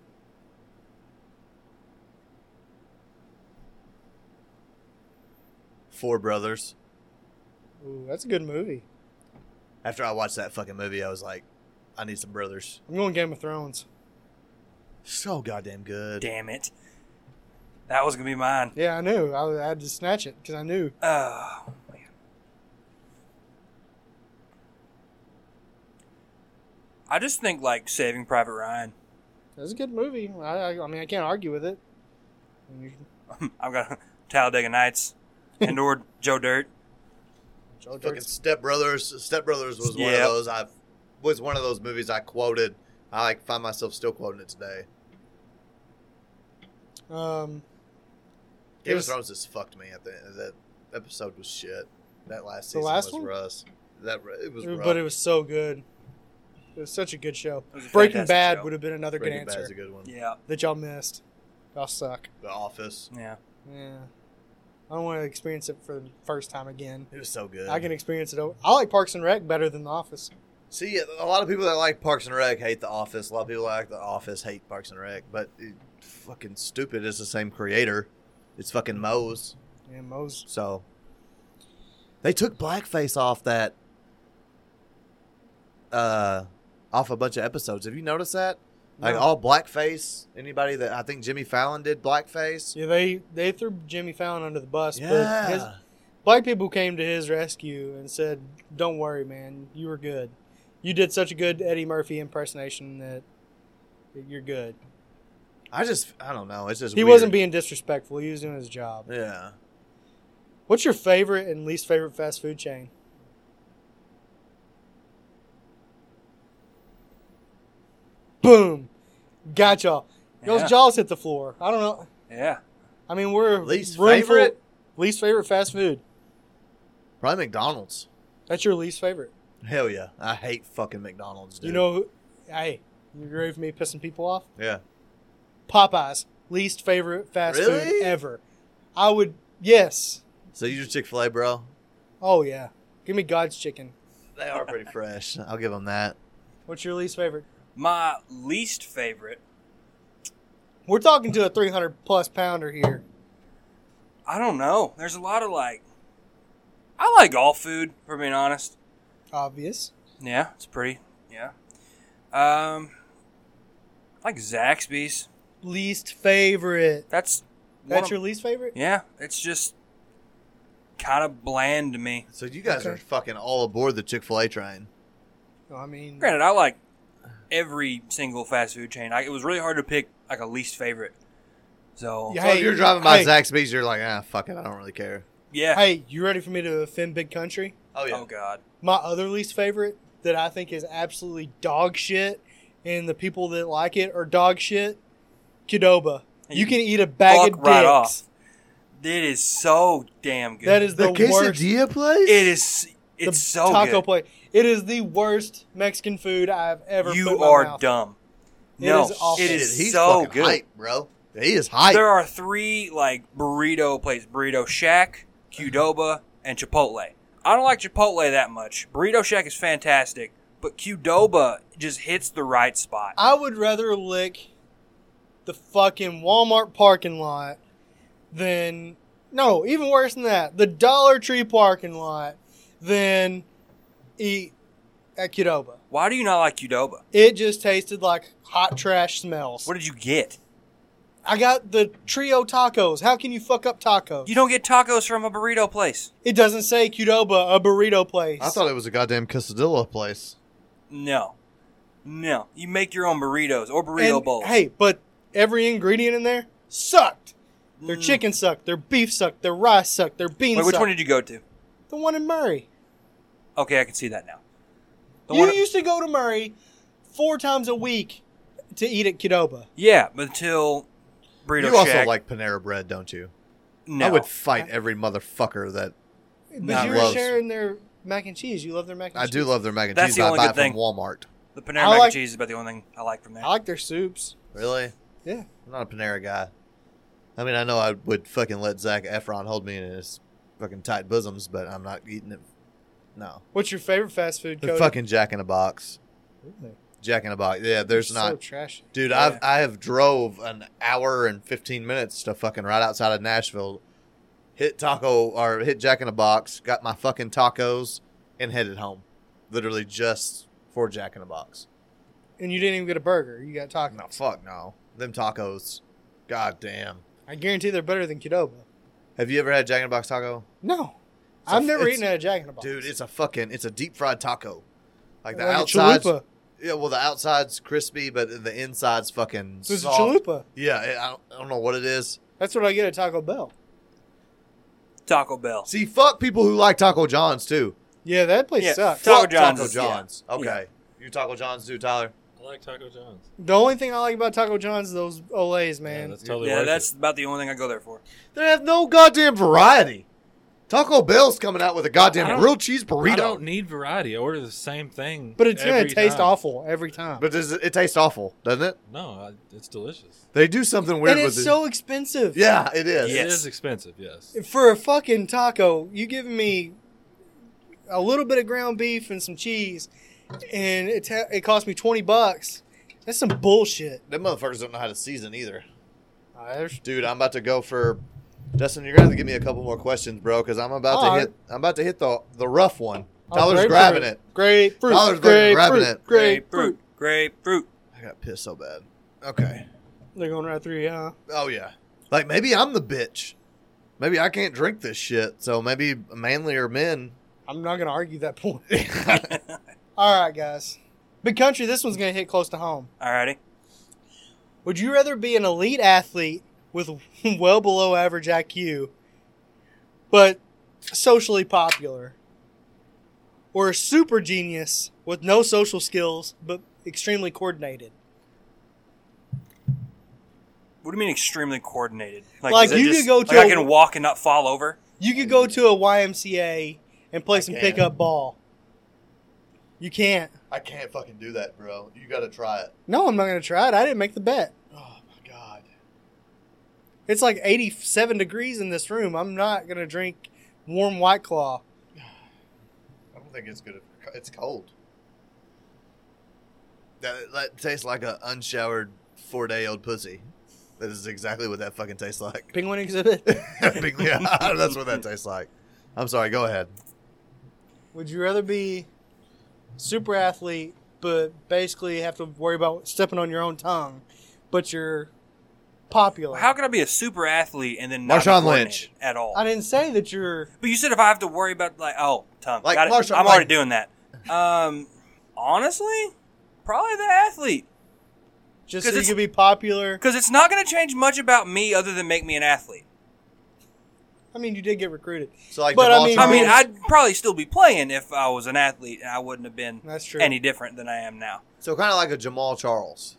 S1: Four brothers.
S2: Ooh, that's a good movie.
S1: After I watched that fucking movie, I was like, I need some brothers.
S2: I'm going Game of Thrones.
S1: So goddamn good.
S3: Damn it. That was gonna be mine.
S2: Yeah, I knew. I, I had to snatch it because I knew.
S3: Oh man. I just think like Saving Private Ryan.
S2: That's a good movie. I, I, I mean, I can't argue with it. And you-
S3: I've got Talladega Nights, and or Joe Dirt.
S2: Joe
S1: Fucking
S2: Dirt's-
S1: Step Brothers. Step Brothers was one of
S3: Yep.
S1: those. I was one of those movies I quoted. I like find myself still quoting it today.
S2: um,
S1: Game of
S2: Yes.
S1: Thrones just fucked me at the end. That episode was shit. That last
S2: The
S1: season
S2: last
S1: was
S2: one?
S1: Russ. That it was. Rough.
S2: but it was so good. It was such a good show.
S3: It was a
S2: Breaking
S3: fantastic
S2: Bad
S3: show.
S2: would have been another
S1: Breaking
S2: good answer
S1: Bad's a good one.
S3: Yeah,
S2: that y'all missed. Y'all suck.
S1: The Office.
S3: yeah.
S2: Yeah. I don't want to experience it for the first time again.
S1: It was so good.
S2: I can experience it. Over. I like Parks and Rec better than The Office.
S1: see a lot of people that like Parks and Rec hate The Office. A lot of people that like The Office hate Parks and Rec. But it, fucking stupid. It's the same creator. It's fucking Moe's.
S2: Yeah, Moe's.
S1: So they took blackface off that uh off a bunch of episodes. Have you noticed that? Like
S2: No.
S1: all blackface. Anybody that I think Jimmy Fallon did blackface.
S2: Yeah, they they threw Jimmy Fallon under the bus.
S1: Yeah.
S2: But his, black people came to his rescue and said, "Don't worry, man. You were good. You did such a good Eddie Murphy impersonation that." that You're good.
S1: I just I don't know. It's just
S2: He
S1: weird.
S2: wasn't being disrespectful. He was doing his job.
S1: Yeah.
S2: What's your favorite and least favorite fast food chain? Boom. Got y'all. Y'all's
S3: yeah.
S2: jaws hit the floor. I don't know.
S3: yeah.
S2: I mean, we're a
S1: Least
S2: room full-
S1: favorite?
S2: least favorite fast food.
S1: Probably McDonald's.
S2: That's your least favorite.
S1: Hell yeah. I hate fucking McDonald's, dude.
S2: You know, who- hey, you agree with me pissing people off?
S1: Yeah.
S2: Popeyes, least favorite fast food
S1: Really?
S2: ever. I would, yes.
S1: So you're Chick fil A, bro.
S2: Oh, yeah. Give me God's chicken.
S1: They are pretty fresh. I'll give them that.
S2: What's your least favorite?
S3: My least favorite.
S2: We're talking to a 300 plus pounder here.
S3: I don't know. There's a lot of like. I like all food, for being honest.
S2: Obvious.
S3: Yeah, it's pretty. Yeah. Um, I like Zaxby's.
S2: Least favorite.
S3: That's one
S2: That's
S3: of-
S2: your least favorite?
S3: Yeah, it's just kind of bland to me.
S1: So you guys
S2: Okay.
S1: are fucking all aboard the Chick fil A train.
S2: No, I mean,
S3: Granted, I like every single fast food chain. I, it was really hard to pick like a least favorite. So
S2: Yeah.
S1: So if
S2: Hey,
S1: you're driving by
S2: hey.
S1: Zaxby's, you're like, ah, fuck it, I don't really care.
S3: yeah.
S2: hey, you ready for me to offend big country?
S1: Oh
S3: Oh God.
S2: My other least favorite that I think is absolutely dog shit, and the people that like it are dog shit. Qdoba. You can eat a bag of
S3: Fuck right
S2: dicks.
S3: off. It is so damn good.
S2: That is
S1: The,
S2: the, worst.
S1: quesadilla place?
S3: It is.
S2: the
S3: It's so
S2: taco
S3: good.
S2: play. It is the worst Mexican food I've ever. put in
S3: you
S2: my
S3: are
S2: mouth.
S3: dumb.
S2: It
S3: no,
S2: is awful.
S3: it
S1: Shit,
S3: is
S1: he's
S3: Oh, so
S1: fucking
S3: good.
S1: hype, bro. He is hype.
S3: There are three like burrito places: Burrito Shack, Qdoba, and Chipotle. I don't like Chipotle that much. Burrito Shack is fantastic, but Qdoba just hits the right spot.
S2: I would rather lick the fucking Walmart parking lot than no, even worse than that, the Dollar Tree parking lot than eat at Qdoba.
S3: Why do you not like Qdoba?
S2: It just tasted like hot trash smells.
S3: What did you get?
S2: I got the trio tacos. How can you fuck up tacos?
S3: You don't get tacos from a burrito place.
S2: it doesn't say Qdoba, a burrito place.
S1: I thought it was a goddamn quesadilla place.
S3: No, no. You make your own burritos or burrito
S2: And,
S3: bowls.
S2: Hey, but every ingredient in there sucked. Their
S3: Mm.
S2: chicken sucked. Their beef sucked. Their rice sucked. Their beans
S3: Wait, which
S2: sucked.
S3: one did you go to?
S2: the one in Murray.
S3: Okay, I can see that now. The
S2: you
S3: one,
S2: used to go to Murray four times a week to eat at Qdoba.
S3: yeah, until burrito
S1: you also
S3: Shack.
S1: like Panera Bread, don't you?
S3: no.
S1: I would fight every motherfucker that
S2: But
S3: No,
S2: you
S1: I
S2: were
S1: love-
S2: sharing their mac and cheese. You love their mac and
S1: I
S2: cheese.
S1: do love their mac and
S3: That's
S1: cheese.
S3: the
S1: but I
S3: only
S1: buy
S3: good
S1: it from
S3: thing.
S1: Walmart.
S3: the Panera
S2: I
S3: mac
S2: like-
S3: and cheese is about the only thing I like from there.
S2: I like their soups.
S1: Really?
S2: Yeah.
S1: I'm not a Panera guy. I mean, I know I would fucking let Zach Efron hold me in his fucking tight bosoms, but I'm not eating it. No,
S2: What's your favorite fast food?
S1: the
S2: Cody?
S1: fucking Jack in a Box.
S2: Really?
S1: Jack in a Box. Yeah, there's
S2: So
S1: not.
S2: trashy.
S1: Dude,
S3: Yeah.
S1: I've I have drove an hour and fifteen minutes to fucking right outside of Nashville, hit taco or hit Jack in a Box, got my fucking tacos, and headed home. Literally just for Jack in a Box.
S2: And you didn't even get a burger. You got tacos.
S1: No, fuck no, them tacos. God damn.
S2: I guarantee they're better than Qdoba.
S1: Have you ever had Jack in a Box taco?
S2: No.
S1: It's
S2: I've
S1: a-
S2: never
S1: it's-
S2: eaten at a Jack in the Box.
S1: Dude, it's a fucking it's a deep fried taco. Like the
S2: Like a
S1: outside's
S2: chalupa.
S1: yeah, well the outside's crispy, but the inside's fucking
S2: So it's a
S1: soft.
S2: chalupa.
S1: Yeah, I I don't, I don't know what it is.
S2: That's what I get at Taco Bell.
S3: Taco Bell.
S1: See, fuck people who like Taco John's too.
S2: Yeah, that place
S3: Yeah.
S2: sucks.
S3: Taco
S1: Fuck
S3: John's
S1: Taco
S3: is- yeah.
S1: John's. Okay, you Taco John's too, Tyler.
S4: I like Taco John's.
S2: The only thing I like about Taco John's is those Olays,
S4: Man,
S2: man.
S4: that's totally
S3: Yeah,
S4: worth
S3: that's
S4: it.
S3: about the only thing I go there for.
S1: They have no goddamn variety. Taco Bell's coming out with a
S4: I
S1: goddamn
S4: don't-
S1: grilled cheese
S4: I don't
S1: burrito,
S4: need variety. I order the same thing.
S2: but it's going
S4: every
S2: to taste
S4: time.
S2: awful every time.
S1: but does it, it tastes awful, doesn't it?
S4: No, I, it's delicious.
S1: They do something weird
S2: and
S1: with
S2: it's
S1: it.
S2: so expensive.
S1: yeah, it is.
S3: Yeah.
S4: It
S3: Yes.
S4: is expensive. Yes.
S2: For a fucking taco, you giving me a little bit of ground beef and some cheese, and it, ta- it cost me 20 bucks. That's some bullshit.
S1: Them motherfuckers don't know how to season either.
S4: Uh,
S2: I understand.
S1: dude i'm about to go for justin you're gonna have to give me a couple more questions bro because i'm about to
S2: All right.
S1: hit i'm about to hit the the rough one
S4: Oh,
S1: tyler's grabbing it
S2: Grapefruit.
S1: Tyler's
S2: grapefruit,
S1: grabbing it.
S2: Grapefruit.
S3: Grapefruit.
S1: i got pissed so bad okay
S2: They're going right through you, huh?
S1: oh yeah like maybe i'm the bitch maybe i can't drink this shit so maybe manlier men
S2: I'm not going to argue that point. All right, guys. Big country, this one's going to hit close to home.
S3: Alrighty.
S2: Would you rather be an elite athlete with well below average IQ, but socially popular, or a super genius with no social skills but extremely coordinated?
S3: What do you mean extremely coordinated?
S2: Like,
S3: is it
S2: you could go to
S3: like I
S2: a-
S3: can walk and not fall over.
S2: You could go to a YMCA and play
S1: I
S2: some
S1: can't.
S2: pickup ball. You can't.
S1: i can't fucking do that bro you gotta try it
S2: No, I'm not going to try it. I didn't make the bet.
S1: oh my god
S2: It's like 87 degrees in this room. I'm not going to drink warm White Claw.
S1: i don't think it's good it's cold that, that tastes like an unshowered four day old pussy that is exactly what that fucking tastes like
S2: Penguin exhibit.
S1: Big- yeah, that's what that tastes like. I'm sorry. Go ahead.
S2: Would you rather be super athlete, but basically have to worry about stepping on your own tongue, but you're popular?
S3: How can I be a super athlete and then not
S1: Marshawn
S3: be coordinated
S1: Lynch.
S3: at all?
S2: I didn't say that you're.
S3: But you said if I have to worry about like oh tongue,
S1: Like
S3: Got it.
S1: Marshawn
S3: I'm already
S1: Lynch.
S3: doing that. Um, honestly, probably the athlete
S2: Just
S3: 'Cause
S2: so you
S3: it's-
S2: can be popular.
S3: because it's not going to change much about me other than make me an athlete.
S2: I mean, you did get recruited.
S1: So like,
S2: But, I
S1: Jamal
S2: mean-
S3: I mean,
S1: Charles-
S3: I'd probably still be playing if I was an athlete, and I wouldn't have been
S2: That's true.
S3: any different than I am now.
S1: so kind of like a Jamal Charles,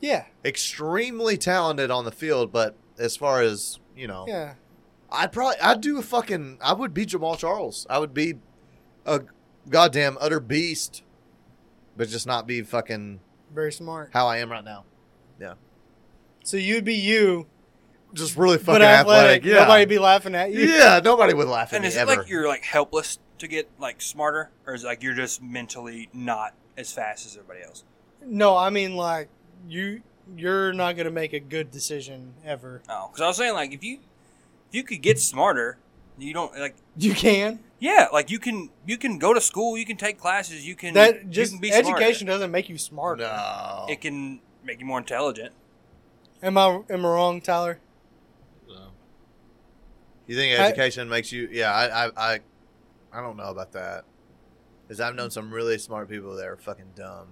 S2: yeah,
S1: extremely talented on the field, but as far as you know,
S2: yeah.
S1: I'd probably I'd do a fucking I would be Jamal Charles. I would be a goddamn utter beast, but just not be fucking
S2: Very smart.
S1: how I am right now.
S2: So you'd be you,
S1: Just really fucking
S2: but athletic.
S1: athletic. Yeah.
S2: Nobody'd be laughing at you.
S1: yeah, nobody would laugh at
S3: And
S1: me
S3: is
S1: ever.
S3: it like you're like helpless to get like smarter, or is it like you're just mentally not as fast as everybody else?
S2: No, I mean like you. You're not gonna make a good decision ever.
S3: Oh, because I was saying like if you if you could get smarter, you don't like
S2: You can.
S3: yeah, like you can you can go to school, you can take classes, you can
S2: That
S3: you
S2: just
S3: can be smart.
S2: education doesn't make you smarter.
S1: no.
S3: It can make you more intelligent.
S2: Am I am I wrong, Tyler?
S4: So,
S1: You think
S2: I-
S1: education makes you? Yeah, I, I, I, I don't know about that. Because I've known some really smart people that are fucking dumb.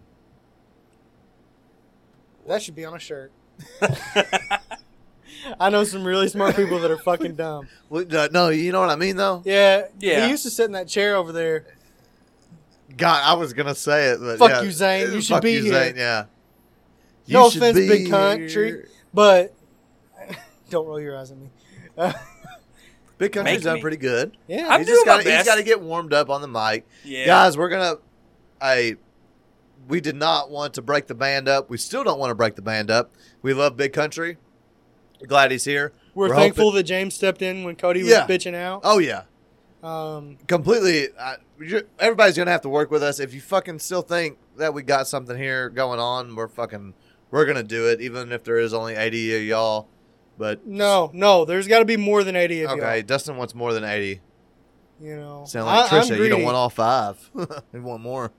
S2: That should be on a shirt. I know some really smart people that are fucking dumb.
S1: Well, uh, No, you know what I mean though.
S2: Yeah,
S3: Yeah.
S2: He used to sit in that chair over there.
S1: God, I was gonna say it, but
S2: Fuck
S1: yeah.
S2: you, Zane. You should
S1: Fuck
S2: be
S1: you,
S2: here.
S1: Zane, Yeah.
S2: No
S1: should
S2: offense,
S1: be
S2: big country.
S1: here.
S2: But don't roll your eyes at me.
S1: Big country's
S3: Make
S1: done
S3: me.
S1: pretty good.
S2: Yeah,
S3: I'm
S1: He's
S3: doing
S1: just
S3: my
S1: gotta, he's
S3: best.
S1: got to get warmed up on the mic,
S3: Yeah,
S1: guys. We're gonna. I. We did not want to break the band up. We still don't want to break the band up. We love Big Country. Glad he's here.
S2: we're,
S1: we're
S2: thankful that James stepped in when Cody was
S1: Yeah.
S2: bitching out.
S1: Oh yeah,
S2: Um,
S1: completely. I, you're, everybody's gonna have to work with us. If you fucking still think that we got something here going on, we're fucking we're gonna do it, even if there is only eighty of y'all. But
S2: no, no, there's got to be more than eighty of
S1: okay, Dustin wants more than eighty.
S2: y'all. You know,
S1: Sound like
S2: I- I'm
S1: Trisha? You don't
S2: greedy.
S1: want all five. you want more?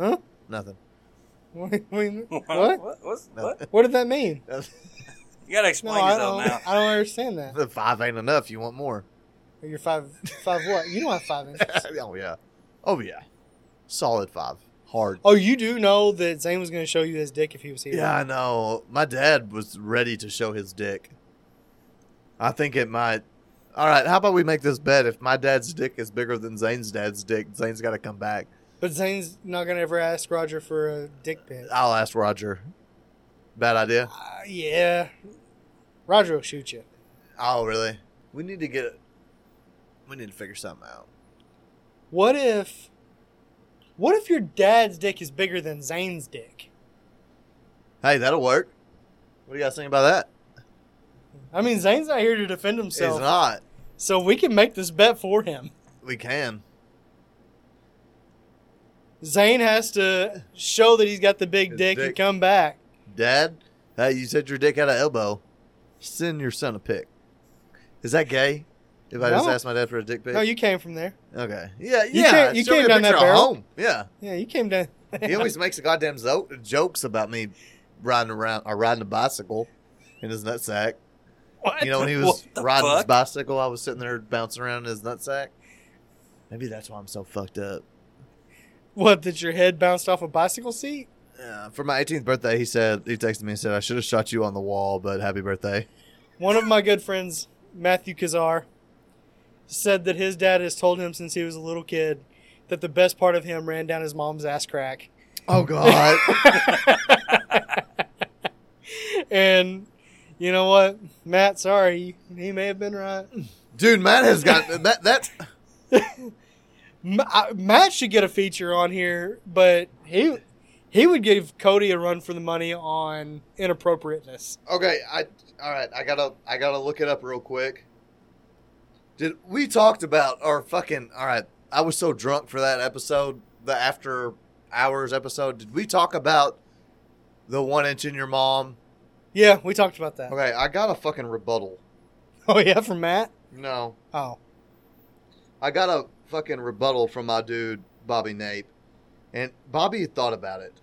S2: Huh?
S1: Nothing.
S2: what?
S3: What? What's-
S1: No.
S3: what?
S2: What did that mean?
S3: You gotta
S2: No,
S3: explain
S2: I
S3: yourself
S2: don't.
S3: now.
S2: I don't understand that.
S1: The five ain't enough. You want more?
S2: You're five, five what? You don't have five inches.
S1: oh yeah, oh yeah, solid five, hard.
S2: Oh, you do know that Zane was going to show you his dick if he was here.
S1: Yeah, I know. My dad was ready to show his dick. I think it might. All right, how about we make this bet? If my dad's dick is bigger than Zane's dad's dick, Zane's got to come back.
S2: But Zane's not going to ever ask Roger for a dick pic.
S1: I'll ask Roger. Bad idea.
S2: Uh, yeah. Roger will shoot you.
S1: Oh, really? We need to get. We need to figure something out.
S2: What if. What if your dad's dick is bigger than Zane's dick?
S1: Hey, that'll work. What do you guys think about that?
S2: I mean, Zane's not here to defend
S1: He's
S2: himself.
S1: not.
S2: So we can make this bet for him.
S1: We can.
S2: Zane has to show that he's got the big
S1: His
S2: dick, and
S1: dick.
S2: come back.
S1: Dad, hey, you said your dick had an elbow. Send your son a pic. Is that gay? If I just
S2: No.
S1: asked my dad for a dick pic?
S2: No, you came from there.
S1: Okay. Yeah,
S2: You
S1: yeah.
S2: can't- you
S1: show me
S2: can't
S1: a
S2: down that
S1: picture of
S2: barrel.
S1: Home. Yeah.
S2: Yeah, you came down.
S1: He always makes the goddamn zo- jokes about me riding around or riding a bicycle in his nutsack.
S3: What?
S1: You know, when he was
S3: What the
S1: riding his
S3: fuck?
S1: bicycle, I was sitting there bouncing around in his nutsack. Maybe that's why I'm so fucked up.
S2: what? That your head bounced off a bicycle seat?
S1: Uh, for my 18th birthday, he said he texted me and said I should have shot you on the wall, but happy birthday.
S2: One of my good friends, Matthew Kazar, said that his dad has told him since he was a little kid that the best part of him ran down his mom's ass crack.
S1: Oh God.
S2: And you know what, Matt? Sorry, he may have been right.
S1: Dude, Matt has got that. that
S2: M- I- Matt should get a feature on here, but he he would give Cody a run for the money on inappropriateness.
S1: okay, I all right. I gotta I gotta look it up real quick. Did we talked about our fucking all right? I was so drunk for that episode, the after hours episode. Did we talk about the one inch in your mom?
S2: Yeah, we talked about that.
S1: Okay, I got a fucking rebuttal.
S2: Oh yeah, from Matt.
S1: No,
S2: Oh,
S1: I got a fucking rebuttal from my dude Bobby Nape, and Bobby thought about it.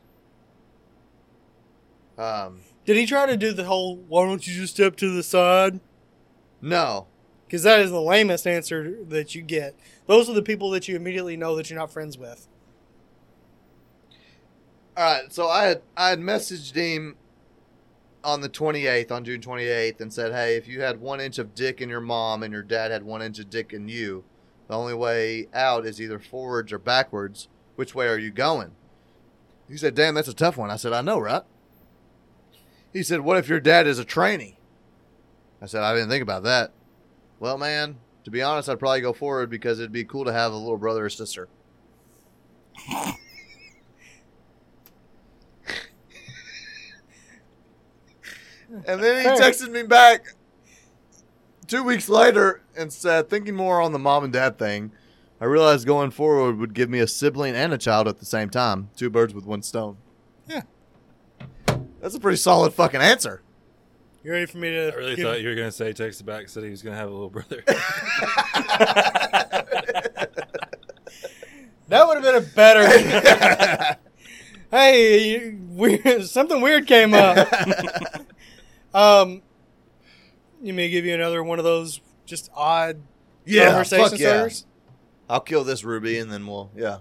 S1: Um,
S2: did he try to do the whole? Why don't you just step to the side?
S1: no,
S2: Because that is the lamest answer that you get. Those are the people that you immediately know that you're not friends with.
S1: All right, so I had I had messaged him on the 28th, on June 28th, and said, "Hey, if you had one inch of dick in your mom and your dad had one inch of dick in you, the only way out is either forwards or backwards. Which way are you going?" He said, "Damn, that's a tough one." I said, "I know, right?" He said, "What if your dad is a trainee?" I said, "I didn't think about that." Well, man, to be honest, I'd probably go forward because it'd be cool to have a little brother or sister. And then he
S2: Fair.
S1: texted me back two weeks later and said, thinking more on the mom and dad thing, I realized going forward would give me a sibling and a child at the same time. Two birds with one stone.
S2: Yeah.
S1: That's a pretty solid fucking answer.
S2: You ready for me to?
S4: I really
S2: give-
S4: thought you were gonna say texted back said he was gonna have a little brother.
S2: that would have been a better. hey, you, weird, something weird came up. Um, you may give you another one of those just odd
S1: yeah,
S2: conversation
S1: fuck yeah.
S2: starters.
S1: I'll kill this ruby and then we'll, yeah.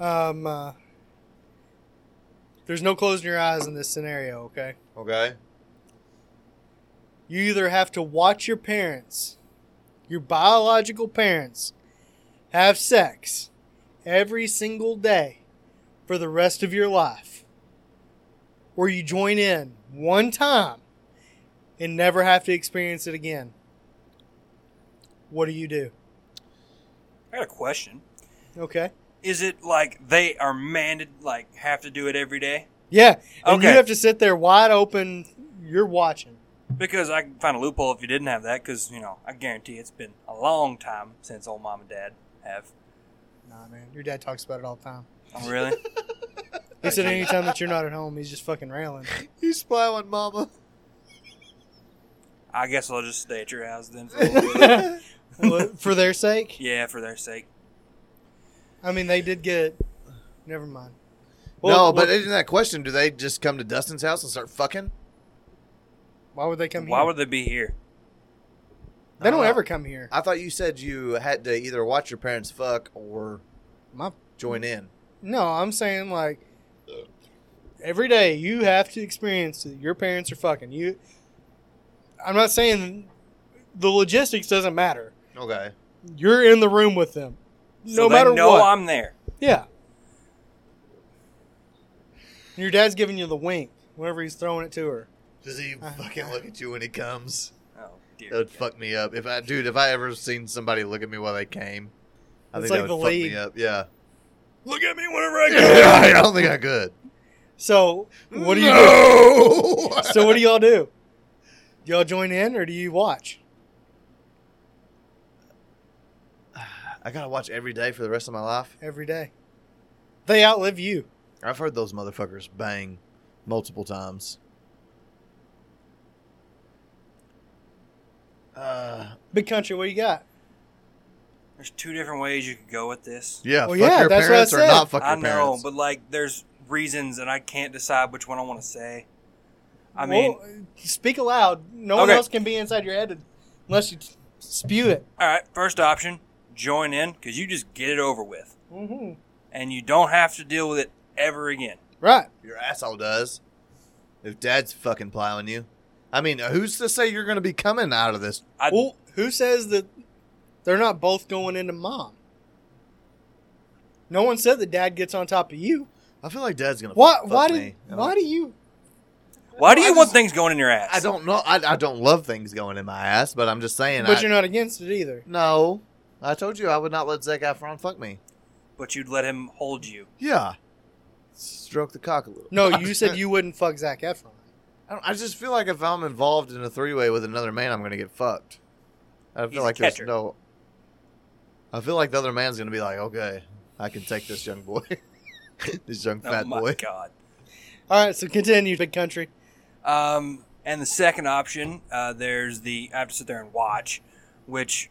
S2: Um, uh, there's no closing your eyes in this scenario. Okay,
S1: Okay.
S2: you either have to watch your parents, your biological parents, have sex every single day for the rest of your life, or you join in one time and never have to experience it again. What do you do?
S3: I got a question.
S2: Okay.
S3: Is it like they are mandated, like have to do it every day?
S2: Yeah. And you
S3: Okay.
S2: have to sit there wide open. You're watching.
S3: Because I can find a loophole if you didn't have that, because, you know, I guarantee it's been a long time since old mom and dad have.
S2: Nah, man. Your dad talks about it all the time.
S3: Oh, really?
S2: He said anytime that you're not at home, he's just fucking railing.
S1: You spy on mama.
S3: I guess I'll just stay at your house then. For a little bit.
S2: Well, For their sake?
S3: yeah, for their sake.
S2: I mean, they did get. Never mind.
S1: no, but isn't that question? Do they just come to Dustin's house and start fucking?
S2: why would they come
S3: Why
S2: here?
S3: would Uh-huh. they be here?
S2: they don't
S1: Uh,
S2: ever come here.
S1: I thought you said you had to either watch your parents fuck or
S2: My,
S1: join in.
S2: no, I'm saying like every day you have to experience that your parents are fucking you. I'm not saying the logistics doesn't matter.
S1: Okay.
S2: You're in the room with them,
S3: So
S2: no matter
S3: they know
S2: what.
S3: I'm there.
S2: Yeah. And your dad's giving you the wink whenever he's throwing it to her.
S1: Does he fucking look at you when he comes?
S3: Oh, dear.
S1: That would fuck me up. If I, dude, if I ever seen somebody look at me while they came, I
S2: It's
S1: think
S2: like
S1: that
S2: the
S1: would fuck
S2: league.
S1: me up. Yeah.
S3: Look at me whenever I
S1: I don't think I could.
S2: So what do you do?
S1: no! do?
S2: So what do y'all do? Do y'all join in or do you watch?
S1: I gotta watch every day for the rest of my life.
S2: every day. They outlive you.
S1: I've heard those motherfuckers bang multiple times. Uh,
S2: Big country, what you got?
S3: There's two different ways you could go with this.
S1: yeah,
S2: Well,
S1: fuck
S2: yeah,
S1: your
S2: that's what I
S1: parents or
S2: said.
S1: not fuck your
S3: I know,
S1: parents.
S3: but like, there's reasons, and I can't decide which one I want to say. I mean,
S2: Well, speak aloud. No one
S3: Okay.
S2: else can be inside your head unless you t- spew it.
S3: all right, first option, join in because you just get it over with,
S2: Mm-hmm.
S3: and you don't have to deal with it ever again.
S2: Right.
S1: Your asshole does. If dad's fucking plowing you. I mean, who's to say you're gonna be coming out of this?
S3: I,
S2: Well, who says that they're not both going into mom? No one said that dad gets on top of you.
S1: I feel like dad's gonna.
S2: Why?
S1: Fuck
S2: Why
S1: me.
S2: do?
S1: I
S2: Why
S1: don't-
S2: do you?
S3: why do
S1: I
S3: you want
S1: just-
S3: things going in your ass?
S1: I don't know. I, I don't love things going in my ass, but I'm just saying.
S2: but
S1: I,
S2: you're not against it either.
S1: no, I told you I would not let Zac Efron fuck me.
S3: But you'd let him hold you.
S1: Yeah. Stroke the cock a little.
S2: No, you said you wouldn't fuck Zach Efron.
S1: I, don't, I just feel like if I'm involved in a three way with another man, I'm gonna get fucked. I feel
S3: He's a
S1: like
S3: catcher.
S1: there's no. I feel like the other man's gonna be like, okay, I can take this young boy, this young
S3: Oh
S1: fat
S3: my
S1: boy.
S3: god.
S2: All right, so continue, big country.
S3: Um, and the second option, uh, there's the I have to sit there and watch, which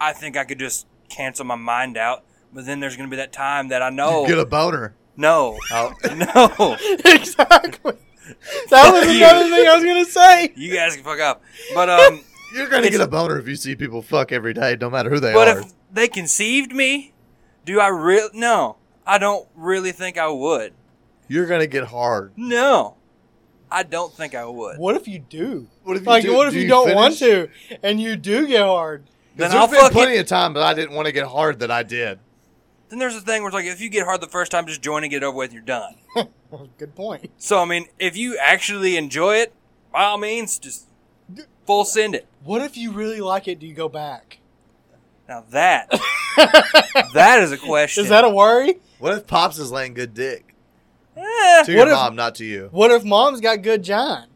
S3: I think I could just cancel my mind out. But then there's going to be that time that I know.
S1: Get a boner.
S3: no,
S1: Oh.
S3: no.
S2: exactly. That was
S3: Fuck you.
S2: another thing I was gonna say.
S3: You guys can fuck up. But um,
S1: You're gonna
S3: It's-
S1: get a boner if you see people fuck every day, no matter who they
S3: but
S1: are.
S3: if they conceived me, do I really? No, I don't really think I would.
S1: You're gonna get hard.
S3: No, I don't think I would.
S2: What if you do?
S1: What if
S2: like,
S1: do-
S2: what if
S1: do
S2: you, don't want
S1: finish?
S2: to, and you do get hard?
S1: 'Cause
S3: Then
S1: There's
S3: I'll
S1: been
S3: fuck
S1: plenty
S3: it.
S1: of time that I didn't want to get hard that I did.
S3: Then there's a thing where it's like if you get hard the first time, just join and get it over with. You're done.
S2: Well, good point.
S3: So I mean, if you actually enjoy it, by all means, just full send it.
S2: What if you really like it? Do you go back?
S3: Now that that is a question.
S2: Is that a worry?
S1: What if pops is laying good dick
S3: Eh,
S1: to
S2: What
S1: your
S2: if-
S1: mom, not to you?
S2: What if mom's got good John?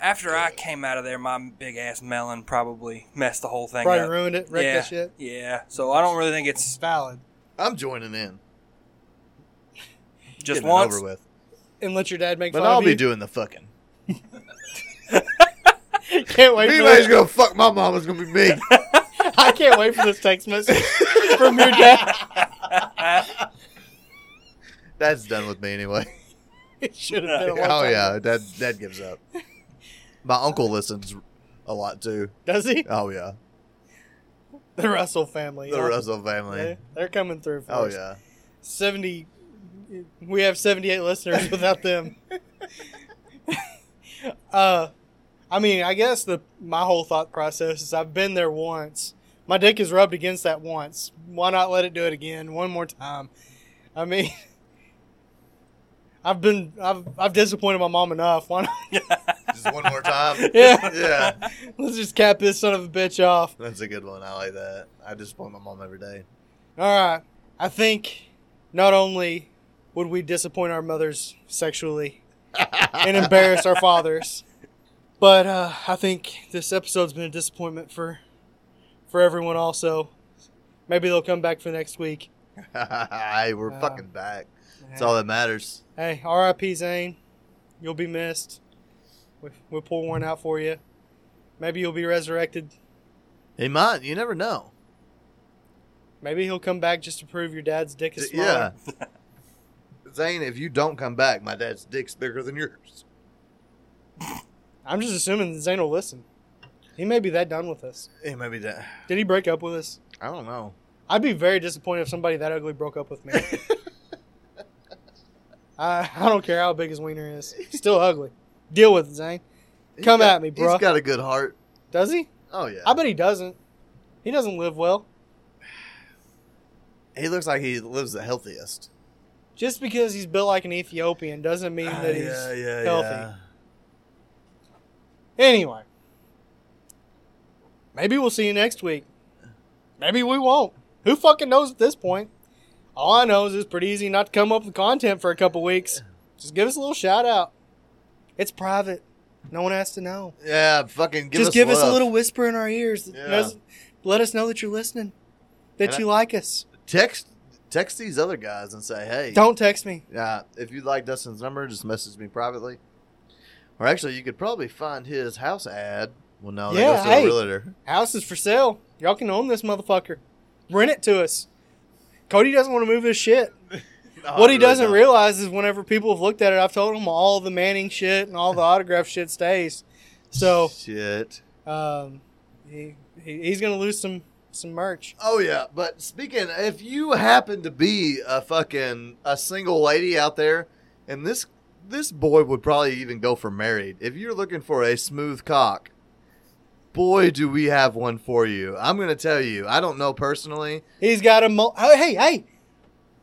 S3: after I came out of there, my big ass melon probably messed the whole thing
S2: Probably
S3: up.
S2: ruined it. Wrecked
S3: yeah,
S2: that shit.
S3: yeah. So I don't really think
S2: It's
S3: it's
S2: valid.
S1: I'm joining in.
S3: just
S1: Getting it
S3: once.
S1: over with.
S2: And let your dad make
S1: But
S2: fun
S1: I'll
S2: of
S1: be
S2: you.
S1: doing the fucking.
S2: Can't wait.
S1: If
S2: For
S1: anybody's
S2: this.
S1: gonna fuck my mom, it's gonna be me.
S2: I can't wait for this text message from your dad.
S1: Dad's done with me anyway.
S2: It should have been a long
S1: Oh
S2: time.
S1: yeah, dad. Dad gives up. My uncle listens a lot too.
S2: Does he?
S1: Oh yeah,
S2: The Russell family.
S1: the
S2: yeah.
S1: Russell family.
S2: They- They're coming through for
S1: Oh
S2: us.
S1: yeah.
S2: 70 we have 78 listeners without them uh i mean i guess the my whole thought process is i've been there once my dick is rubbed against that once why not let it do it again one more time i mean i've been i've i've disappointed my mom enough why not
S1: Just one more time.
S2: Yeah.
S1: Yeah.
S2: let's just cap this son of a bitch off
S1: That's a good one. I like that. I disappoint my mom every day.
S2: All right. I think not only would we disappoint our mothers sexually and embarrass our fathers, but uh, I think this episode's been a disappointment for for everyone. Also, maybe they'll come back for next week.
S1: hey, we're
S2: Yeah.
S1: fucking back. That's all that matters.
S2: Hey, R.I.P. Zane. You'll be missed. We- We'll pour one out for you. Maybe you'll be resurrected.
S1: He might. You never know.
S2: Maybe he'll come back just to prove your dad's dick is smaller.
S1: Yeah. Zane, if you don't come back, my dad's dick's bigger than yours.
S2: I'm just assuming that Zane will listen. He may be that done with us.
S1: It may be that.
S2: Did he break up with us?
S1: I don't know.
S2: I'd be very disappointed if somebody that ugly broke up with me. I, I don't care how big his wiener is. Still ugly. Deal with it, Zane.
S1: He's
S2: Come
S1: got-
S2: at me, bro.
S1: He's got a good heart.
S2: Does he?
S1: Oh yeah.
S2: I bet he doesn't. He doesn't live well.
S1: he looks like he lives the healthiest.
S2: Just because he's built like an Ethiopian doesn't mean that he's
S1: Ah, yeah,
S2: healthy. Anyway. Maybe we'll see you next week. Maybe we won't. Who fucking knows at this point? All I know is it's pretty easy not to come up with content for a couple weeks. Just give us a little shout out. It's private. No one has to know.
S1: Yeah, fucking give
S2: Just
S1: us
S2: give us a
S1: love.
S2: little whisper in our ears. that
S1: Yeah.
S2: knows- let us know that you're listening. That
S1: And I-
S2: you like us.
S1: text text these other guys and say, "Hey,
S2: Don't text me.
S1: Yeah, if you'd like Dustin's number, just message me privately. Or actually, you could probably find his house ad. Well, no, that
S2: Yeah,
S1: goes to
S2: hey.
S1: the realtor.
S2: House is for sale. Y'all can own this motherfucker. Rent it to us. Cody doesn't want to move his shit.
S1: Oh,
S2: what he doesn't realize is whenever people have looked at it, I've told him all the Manning shit and all the autograph shit stays. So
S1: shit.
S2: um, he, he he's gonna lose some some merch.
S1: Oh yeah, but speaking, if you happen to be a fucking a single lady out there, and this this boy would probably even go for married. If you're looking for a smooth cock, boy, do we have one for you. I'm gonna tell you. I don't know personally.
S2: He's got a mul- oh, hey hey.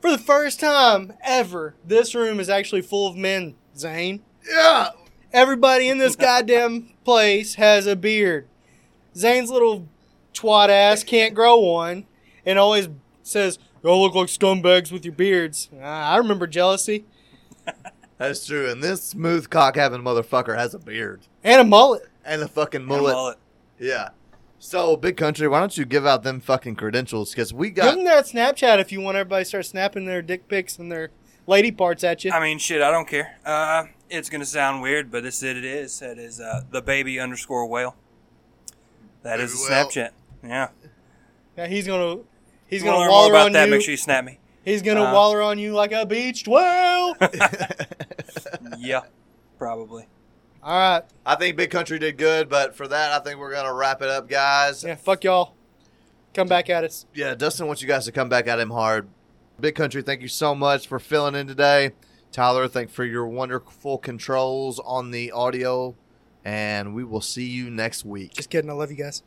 S2: For the first time ever, this room is actually full of men. Zane,
S1: Yeah,
S2: everybody in this goddamn place has a beard. Zane's little twat ass can't grow one, and always says, "Y'all look like scumbags with your beards." Ah, I remember jealousy.
S1: that's true. And this smooth cock having motherfucker has a beard.
S2: And a mullet.
S1: and the fucking
S3: And a
S1: mullet.
S3: mullet.
S1: Yeah. So big country, why don't you give out them fucking credentials? Because we
S2: Give
S1: got
S2: them that Snapchat if you want everybody to start snapping their dick pics and their lady parts at you.
S3: I mean, shit, I don't care. Uh, it's gonna sound weird, but this it is. It is uh, the baby underscore whale. That is
S1: Baby
S3: a
S1: whale.
S3: Snapchat. Yeah,
S2: Now he's gonna he's
S3: You
S2: gonna
S3: wanna learn more
S2: waller
S3: about
S2: on
S3: that.
S2: you.
S3: Make sure you snap me.
S2: he's gonna
S3: uh,
S2: waller on you like a beached whale. All
S3: yeah, probably.
S2: right,
S1: I think Big Country did good, but for that I think we're gonna wrap it up, guys. Yeah,
S2: yeah, fuck y'all. Come back at us.
S1: Dustin wants you guys to come back at him hard. Big Country, thank you so much for filling in today. Tyler, thank for your wonderful controls on the audio. And we will see you next week.
S2: Just kidding. I love you guys.